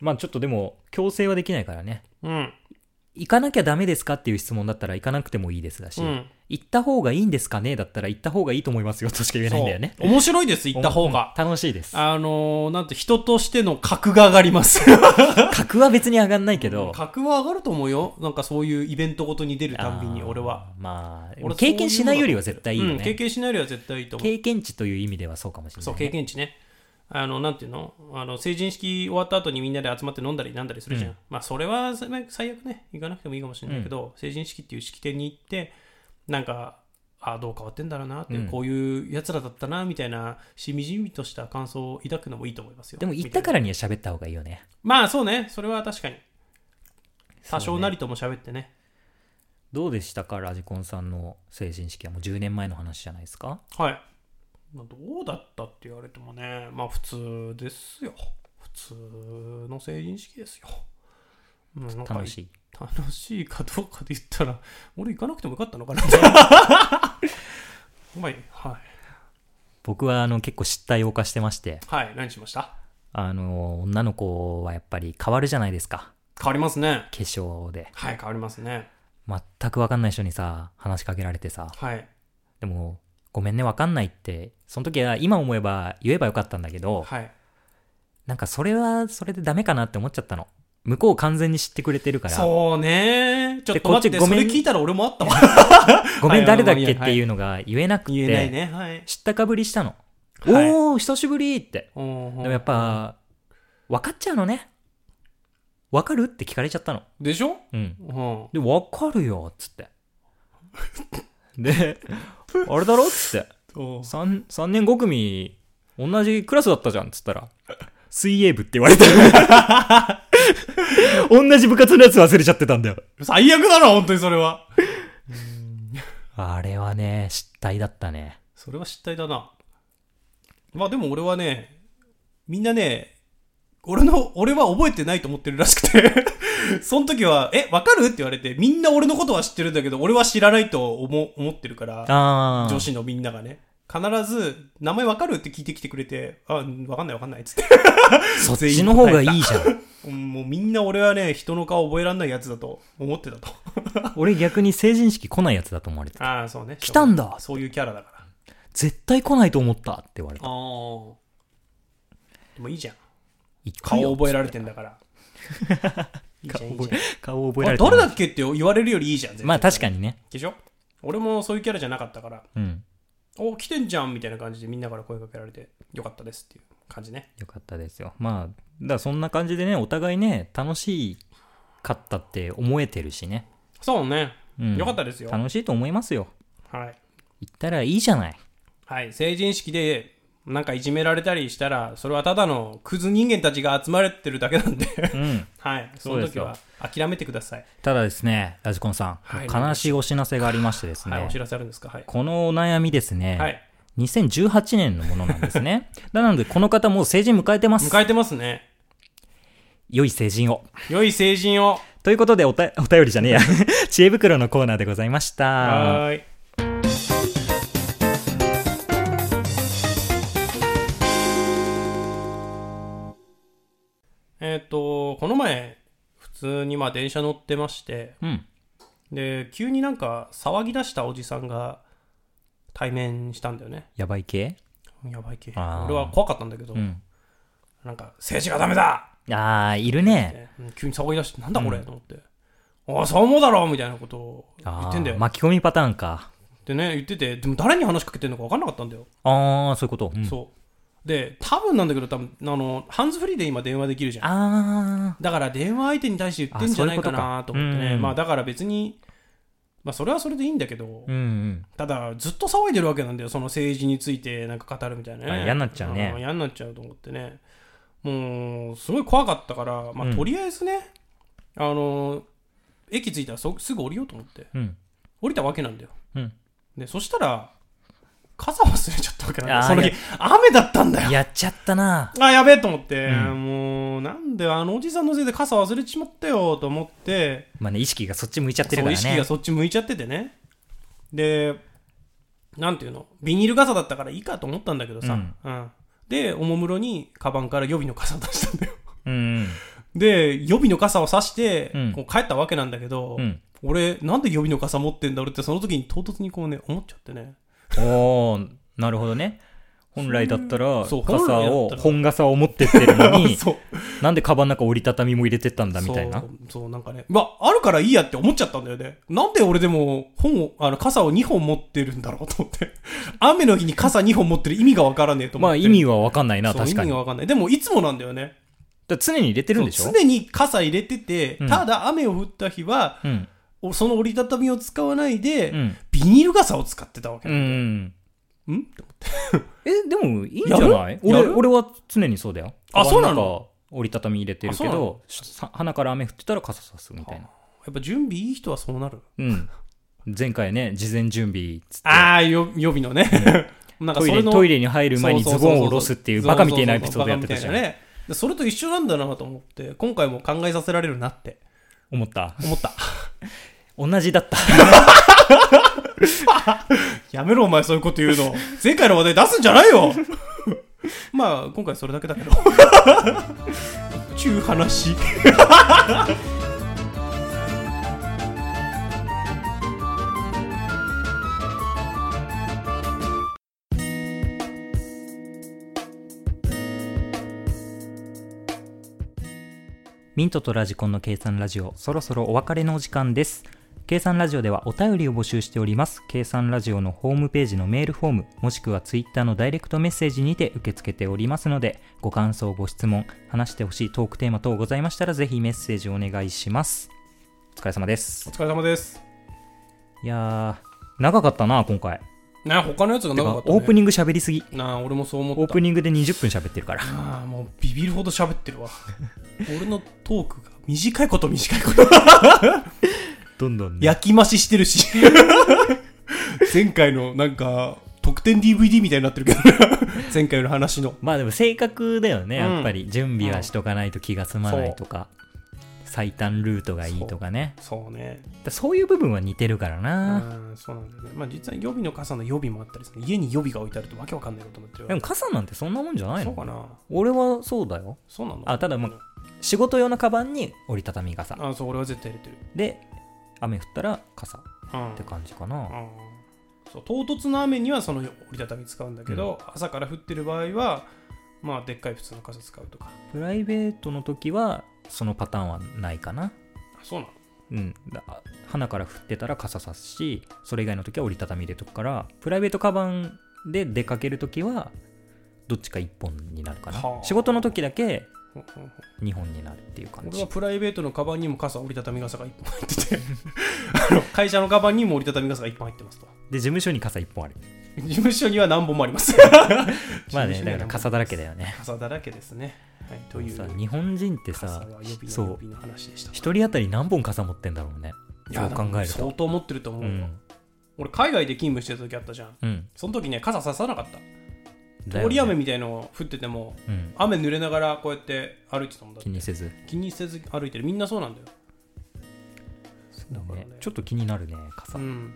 [SPEAKER 1] まあちょっとでも強制はできないからね
[SPEAKER 2] うん。
[SPEAKER 1] 行かなきゃダメですかっていう質問だったら行かなくてもいいですだし、
[SPEAKER 2] うん。
[SPEAKER 1] 行った方がいいんですかねだったら行った方がいいと思いますよとしか言えないんだよね
[SPEAKER 2] そう面白いです、行った方が。
[SPEAKER 1] 楽しいです
[SPEAKER 2] あのー、なんて人としての格が上がります。
[SPEAKER 1] [laughs] 格は別に上がんないけど
[SPEAKER 2] 格は上がると思うよ。なんかそういうイベントごとに出るたんびに
[SPEAKER 1] あー
[SPEAKER 2] 俺は。
[SPEAKER 1] まあ
[SPEAKER 2] 俺
[SPEAKER 1] 経験しないよりは絶対いいよね、
[SPEAKER 2] うん、経験しないよりは絶対いいと思う。
[SPEAKER 1] 経験値という意味ではそうかもしれない、ね、
[SPEAKER 2] そう、経験値ね。あのなんていうのあの成人式終わった後にみんなで集まって飲んだりなんだりするじゃん、
[SPEAKER 1] うん
[SPEAKER 2] まあそれは最最悪ね行かなくてもいいかもしれないけど、成人式っていう式典に行ってなんかああどう変わってんだろうなっていう、
[SPEAKER 1] うん
[SPEAKER 2] こういうやつらだったなみたいなしみじみとした感想を抱くのもいいと思いますよ
[SPEAKER 1] でも行った
[SPEAKER 2] ら
[SPEAKER 1] からには喋った方がいいよね
[SPEAKER 2] まあそうねそれは確かに多
[SPEAKER 1] そう
[SPEAKER 2] 少
[SPEAKER 1] ね
[SPEAKER 2] なりとも喋ってね
[SPEAKER 1] どうでしたかラジコンさんの成人式はもう10年前の話じゃないですか
[SPEAKER 2] はい、まあ、どうだったって言われてもねまあ普通ですよ普通の成人式ですようんなんか
[SPEAKER 1] 楽しい
[SPEAKER 2] 楽しいかどうかで言ったら俺行かなくてもよかったのかな [laughs] はいはい
[SPEAKER 1] 僕はあの結構失態を犯してまして
[SPEAKER 2] はい何しました
[SPEAKER 1] あの女の子はやっぱり変わるじゃないですか
[SPEAKER 2] 変わりますね
[SPEAKER 1] 化粧で
[SPEAKER 2] はい変わりますね
[SPEAKER 1] 全く分かんない人にさ話しかけられてさ
[SPEAKER 2] はい
[SPEAKER 1] でもごめんね分かんないってその時は今思えば言えばよかったんだけど
[SPEAKER 2] はい
[SPEAKER 1] なんかそれはそれでダメかなって思っちゃったの向こう完全に知ってくれてるから
[SPEAKER 2] そうねちょっ
[SPEAKER 1] で
[SPEAKER 2] と待って
[SPEAKER 1] こっちごめん
[SPEAKER 2] それ聞いたら俺もあったわ
[SPEAKER 1] ごめん
[SPEAKER 2] はい
[SPEAKER 1] 誰だっ
[SPEAKER 2] まあ
[SPEAKER 1] け
[SPEAKER 2] まあ
[SPEAKER 1] っ
[SPEAKER 2] まあ
[SPEAKER 1] ていうのが言えなくて
[SPEAKER 2] 言えないねはい
[SPEAKER 1] 知ったかぶりしたの、
[SPEAKER 2] はい
[SPEAKER 1] おお久しぶりって
[SPEAKER 2] でも
[SPEAKER 1] でもやっぱ分かっちゃうのね分かるって聞かれちゃったの
[SPEAKER 2] でしょ
[SPEAKER 1] うん
[SPEAKER 2] うん
[SPEAKER 1] で、わかるよっつって。 [laughs] で、あれだろっつって。
[SPEAKER 2] おー
[SPEAKER 1] 3、三年5組、同じクラスだったじゃんっつったら、水泳部って言 [laughs] われて。同じ部活のやつ忘れちゃってたんだよ。
[SPEAKER 2] 最悪だな本当にそれは
[SPEAKER 1] あれはね、失態だったね。
[SPEAKER 2] それは失態だな。まあでも俺はね、みんなね、俺の、俺は覚えてないと思ってるらしくて、 [laughs] その時は、え、わかるって言われて、みんな俺のことは知ってるんだけど、俺は知らないと思思ってるから、
[SPEAKER 1] ああ。
[SPEAKER 2] 女子のみんながね、必ず、名前わかるって聞いてきてくれて、あ、うんわかんないわかんないっつって。 [laughs]
[SPEAKER 1] そっちの方がいいじゃん。
[SPEAKER 2] うんもうみんな俺はね、人の顔覚えらんないやつだと思ってたと。
[SPEAKER 1] [laughs] 俺逆に成人式来ないやつだと思われてた。
[SPEAKER 2] ああ、そうね。
[SPEAKER 1] 来たんだ
[SPEAKER 2] そういうキャラだから。
[SPEAKER 1] 絶対来ないと思ったって言われ
[SPEAKER 2] ああ
[SPEAKER 1] た。。
[SPEAKER 2] でもいいじゃん。
[SPEAKER 1] 行くよ
[SPEAKER 2] 顔覚えられてんだから。いいじゃんいいじゃん
[SPEAKER 1] [laughs] 顔覚えられて
[SPEAKER 2] あ
[SPEAKER 1] ない
[SPEAKER 2] 誰だっけって言われるよりいいじゃん
[SPEAKER 1] まあ確か
[SPEAKER 2] に
[SPEAKER 1] にね。
[SPEAKER 2] でしょ俺もそういうキャラじゃなかったから
[SPEAKER 1] うん。
[SPEAKER 2] お来てんじゃんみたいな感じでみんなから声かけられてよかったですっていう感じね
[SPEAKER 1] よかったですよ。まあ、だからそんな感じでね、お互いね、楽しかったって思えてるしね。
[SPEAKER 2] そうね、
[SPEAKER 1] うん、
[SPEAKER 2] よかったですよ
[SPEAKER 1] 楽しいと思いますよ。
[SPEAKER 2] はい、
[SPEAKER 1] 行ったらいいじゃない。
[SPEAKER 2] はい、成人式でなんかいじめられたりしたらそれはただのクズ人間たちが集まれてるだ
[SPEAKER 1] [laughs]
[SPEAKER 2] けなんで
[SPEAKER 1] うん。
[SPEAKER 2] はいそ
[SPEAKER 1] そう
[SPEAKER 2] の
[SPEAKER 1] です
[SPEAKER 2] 時
[SPEAKER 1] よ
[SPEAKER 2] は諦めてください、
[SPEAKER 1] ただですね、ラジコンさん、
[SPEAKER 2] はい
[SPEAKER 1] 悲しいお知らせがありましてですね、
[SPEAKER 2] はいお知らせあるんですかはい、
[SPEAKER 1] このお悩みですね、
[SPEAKER 2] はい、
[SPEAKER 1] 2018年のものなんです [laughs] ね。なので、この方もう成人迎えてます。
[SPEAKER 2] 迎えてますね
[SPEAKER 1] 良い成人を。
[SPEAKER 2] 良い成人を
[SPEAKER 1] ということでおた、お便りじゃねえ [laughs] や。知恵袋のコーナーでございました。
[SPEAKER 2] はーいえっ、とこの前普通にまあ電車乗ってまして
[SPEAKER 1] うん。
[SPEAKER 2] で急になんか騒ぎ出したおじさんが対面したんだよね
[SPEAKER 1] やばい系
[SPEAKER 2] やばい系
[SPEAKER 1] あー
[SPEAKER 2] 俺は怖かったんだけど、
[SPEAKER 1] うん。
[SPEAKER 2] なんか政治がダメだ
[SPEAKER 1] ああ、いるね。
[SPEAKER 2] ってうん急に騒ぎ出してなんだこれ、と思っておいそう思うだろみたいなことを言ってんだ
[SPEAKER 1] あー
[SPEAKER 2] よ
[SPEAKER 1] 巻き込みパターンか。
[SPEAKER 2] でね言っててでも誰に話しかけてんのか分かんなかったんだよ
[SPEAKER 1] ああ、そういうこと。うん
[SPEAKER 2] そう。で、多分なんだけど、多分あの、ハンズフリーで今電話できるじゃん。
[SPEAKER 1] あ
[SPEAKER 2] だから電話相手に対して言ってんじゃないかな
[SPEAKER 1] あそ
[SPEAKER 2] と
[SPEAKER 1] ういうことか
[SPEAKER 2] 思ってね。
[SPEAKER 1] うん
[SPEAKER 2] まあだから別に、まあそれはそれでいいんだけど
[SPEAKER 1] あ、、うんうん。
[SPEAKER 2] ただずっと騒いでるわけなんだよ。その政治についてなんか語るみたいな
[SPEAKER 1] あ
[SPEAKER 2] ね。
[SPEAKER 1] 嫌になっちゃうね
[SPEAKER 2] ん嫌になっちゃうと思ってね。もう、すごい怖かったから、ま
[SPEAKER 1] う
[SPEAKER 2] あ
[SPEAKER 1] ん
[SPEAKER 2] とりあえずね、あの、駅着いたらそすぐ降りようと思って。
[SPEAKER 1] うん。
[SPEAKER 2] 降りたわけなんだよ。
[SPEAKER 1] うん
[SPEAKER 2] で、そしたら、傘忘れちゃったわけなんだよ。
[SPEAKER 1] あー
[SPEAKER 2] その
[SPEAKER 1] い
[SPEAKER 2] 時
[SPEAKER 1] や、
[SPEAKER 2] 雨だったんだよ。
[SPEAKER 1] やっちゃったな。
[SPEAKER 2] あ、やべえと思って、
[SPEAKER 1] う
[SPEAKER 2] もう、なんであのおじさんのせいで傘忘れちまったよと思って、
[SPEAKER 1] まあね、意識がそっち向いちゃってる
[SPEAKER 2] そ
[SPEAKER 1] から
[SPEAKER 2] う意識が
[SPEAKER 1] ね。
[SPEAKER 2] そっち向いちゃっててね。で、なんていうの、ビニール傘だったからいいかと思ったんだけどさ、
[SPEAKER 1] うん
[SPEAKER 2] うんで、おもむろに、カバンから予備の傘出したんだよ。 [laughs]
[SPEAKER 1] うん
[SPEAKER 2] で、予備の傘を差して、
[SPEAKER 1] うん
[SPEAKER 2] こう帰ったわけなんだけど、
[SPEAKER 1] うん。うん。
[SPEAKER 2] 俺、なんで予備の傘持ってんだろうって、その時に唐突にこうね、思っちゃってね。
[SPEAKER 1] おー、なるほどね。本来だったら
[SPEAKER 2] そう
[SPEAKER 1] 傘を
[SPEAKER 2] 本来だったら
[SPEAKER 1] 本傘を持ってってるのに
[SPEAKER 2] [laughs] そう
[SPEAKER 1] なんでカバンの中折りたたみも入れてったんだみたいな
[SPEAKER 2] そうそうなんかねまああるからいいやって思っちゃったんだよねなんで俺でも本をあの傘を2本持ってるんだろうと思って [laughs] 雨の日に傘2本持ってる意味がわからねえと思
[SPEAKER 1] まあ
[SPEAKER 2] って
[SPEAKER 1] 意味は分かんないな
[SPEAKER 2] そう
[SPEAKER 1] 確か
[SPEAKER 2] 意味
[SPEAKER 1] にだ
[SPEAKER 2] が
[SPEAKER 1] か
[SPEAKER 2] わかんないでもいつもなんだよね
[SPEAKER 1] ら常に入れてるんでしょ
[SPEAKER 2] そう常に傘入れてて、
[SPEAKER 1] うん
[SPEAKER 2] ただ雨を降った日は
[SPEAKER 1] うん
[SPEAKER 2] おその折りたたみを使わないで、
[SPEAKER 1] うん
[SPEAKER 2] ビニール傘を使ってたわけ、
[SPEAKER 1] うんうん
[SPEAKER 2] ん
[SPEAKER 1] えでもいいんじゃない
[SPEAKER 2] やるや
[SPEAKER 1] 俺
[SPEAKER 2] る
[SPEAKER 1] 俺は常にそうだよ
[SPEAKER 2] あそうなの
[SPEAKER 1] カバン中折りたたみ入れてるけ
[SPEAKER 2] あそうな
[SPEAKER 1] ど
[SPEAKER 2] の
[SPEAKER 1] さ鼻から雨降ってたら傘さすみたいな
[SPEAKER 2] やっぱ準備いい人はそうなる
[SPEAKER 1] うん前回ね事前準備っつって
[SPEAKER 2] ああ予備のねなんか
[SPEAKER 1] ト
[SPEAKER 2] そ
[SPEAKER 1] イ
[SPEAKER 2] れ
[SPEAKER 1] レ
[SPEAKER 2] の
[SPEAKER 1] トイレに入る前にズボンを下ろすっていうバカみたいなエピソードやってたじゃ
[SPEAKER 2] そうんそうそうそうバカみたいなねでそれと一緒なんだなと思って今回も考えさせられるなって
[SPEAKER 1] 思った
[SPEAKER 2] 思った
[SPEAKER 1] [laughs] 同じだった
[SPEAKER 2] やめろお前そういうこと言
[SPEAKER 1] [laughs]
[SPEAKER 2] うの前回の話題出すんじゃないよまあ今回それだけだけどちゅう話
[SPEAKER 1] ミントとラジコンの計算ラジオそろそろお別れのお時間です計算ラジオではお便りを募集しております計算ラジオのホームページのメールフォームもしくはツイッターのダイレクトメッセージにて受け付けておりますのでご感想ご質問話してほしいトークテーマ等ございましたらぜひメッセージお願いしますお疲れ様です
[SPEAKER 2] お疲れ様です
[SPEAKER 1] いやー長かったな今回
[SPEAKER 2] ね他のやつが
[SPEAKER 1] て
[SPEAKER 2] 長
[SPEAKER 1] か
[SPEAKER 2] かった、ね、
[SPEAKER 1] オープニング喋りすぎ
[SPEAKER 2] なあ俺もそう思った
[SPEAKER 1] オープニングで20分喋ってるから
[SPEAKER 2] ああもうビビるほど喋ってるわ俺のトークが短いこと短いこと
[SPEAKER 1] どんどんね
[SPEAKER 2] 焼き増ししてるし [laughs] 前回のなんか特典 DVD みたいになってるけど [laughs] 前回の話の
[SPEAKER 1] まあでも性格だよね、
[SPEAKER 2] うん
[SPEAKER 1] やっぱり準備はしとかないと気が済まないとか、最短ルートがいいとかね
[SPEAKER 2] そうね
[SPEAKER 1] だからそういう部分は似てるからな、
[SPEAKER 2] うんそうなんだよねまあ実は予備の傘の予備もあったりする家に予備が置いてあるとわけわかんないことになってる
[SPEAKER 1] でも傘なんてそんなもんじゃない
[SPEAKER 2] そう
[SPEAKER 1] の
[SPEAKER 2] かな
[SPEAKER 1] 俺はそうだよ
[SPEAKER 2] そうなの
[SPEAKER 1] あただま仕事用のカバンに折りたたみ傘
[SPEAKER 2] あそう俺は絶対入れてる
[SPEAKER 1] で雨降ったら傘っ
[SPEAKER 2] うん
[SPEAKER 1] て感じかな、
[SPEAKER 2] うんそう唐突な雨にはその折りたたみ使うんだけど、朝から降ってる場合はまあでっかい普通の傘使うとか
[SPEAKER 1] プライベートの時はそのパターンはないかな
[SPEAKER 2] あそうなの
[SPEAKER 1] うん、だ花から降ってたら傘さすしそれ以外の時は折りたたみ入れとくからプライベートカバンで出かける時はどっちか1本になるかな、
[SPEAKER 2] はあ
[SPEAKER 1] 仕事の時だけ
[SPEAKER 2] ほんほんほん
[SPEAKER 1] 2本になるっていう感
[SPEAKER 2] 俺
[SPEAKER 1] じ
[SPEAKER 2] はプライベートのカバンにも傘折りたたみ傘が1本入って
[SPEAKER 1] [laughs]
[SPEAKER 2] てあの会社のカバンにも折りたたみ傘が1本入ってますと
[SPEAKER 1] で事務所に傘1本ある
[SPEAKER 2] 事務所には何本もあ
[SPEAKER 1] [laughs]
[SPEAKER 2] ります
[SPEAKER 1] まあね
[SPEAKER 2] 事務所には何本
[SPEAKER 1] だから傘だらけだよね
[SPEAKER 2] 傘だらけですね、はい、という
[SPEAKER 1] さ日本人って
[SPEAKER 2] 傘は
[SPEAKER 1] さ
[SPEAKER 2] 予備
[SPEAKER 1] そ
[SPEAKER 2] の
[SPEAKER 1] う
[SPEAKER 2] 予備の話でした
[SPEAKER 1] 一人当たり何本傘持ってんだろうね
[SPEAKER 2] い
[SPEAKER 1] そ
[SPEAKER 2] や
[SPEAKER 1] う考える
[SPEAKER 2] 相
[SPEAKER 1] と
[SPEAKER 2] 当持ってると思
[SPEAKER 1] う
[SPEAKER 2] うわ、
[SPEAKER 1] ん、
[SPEAKER 2] 俺海外で勤務してた時あったじゃん
[SPEAKER 1] うん、
[SPEAKER 2] その時ね傘ささなかった
[SPEAKER 1] だよね
[SPEAKER 2] 通り雨みたいの降ってても
[SPEAKER 1] うん、
[SPEAKER 2] 雨濡れながらこうやって歩いてたもんだ
[SPEAKER 1] 気にせず、
[SPEAKER 2] 気にせず歩いてるみんなそうなんだよだからね
[SPEAKER 1] ねちょっと気になるね傘、
[SPEAKER 2] うん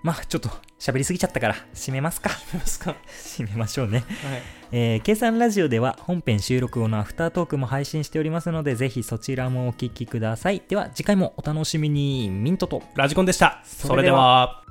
[SPEAKER 1] まあちょっと喋りすぎちゃったから閉めますか
[SPEAKER 2] 見えますか、はい、
[SPEAKER 1] 閉めましょうねえー、計算ラジオでは本編収録後のアフタートークも配信しておりますのでぜひそちらもお聞きくださいでは次回もお楽しみにミントと
[SPEAKER 2] ラジコンでした
[SPEAKER 1] それで
[SPEAKER 2] は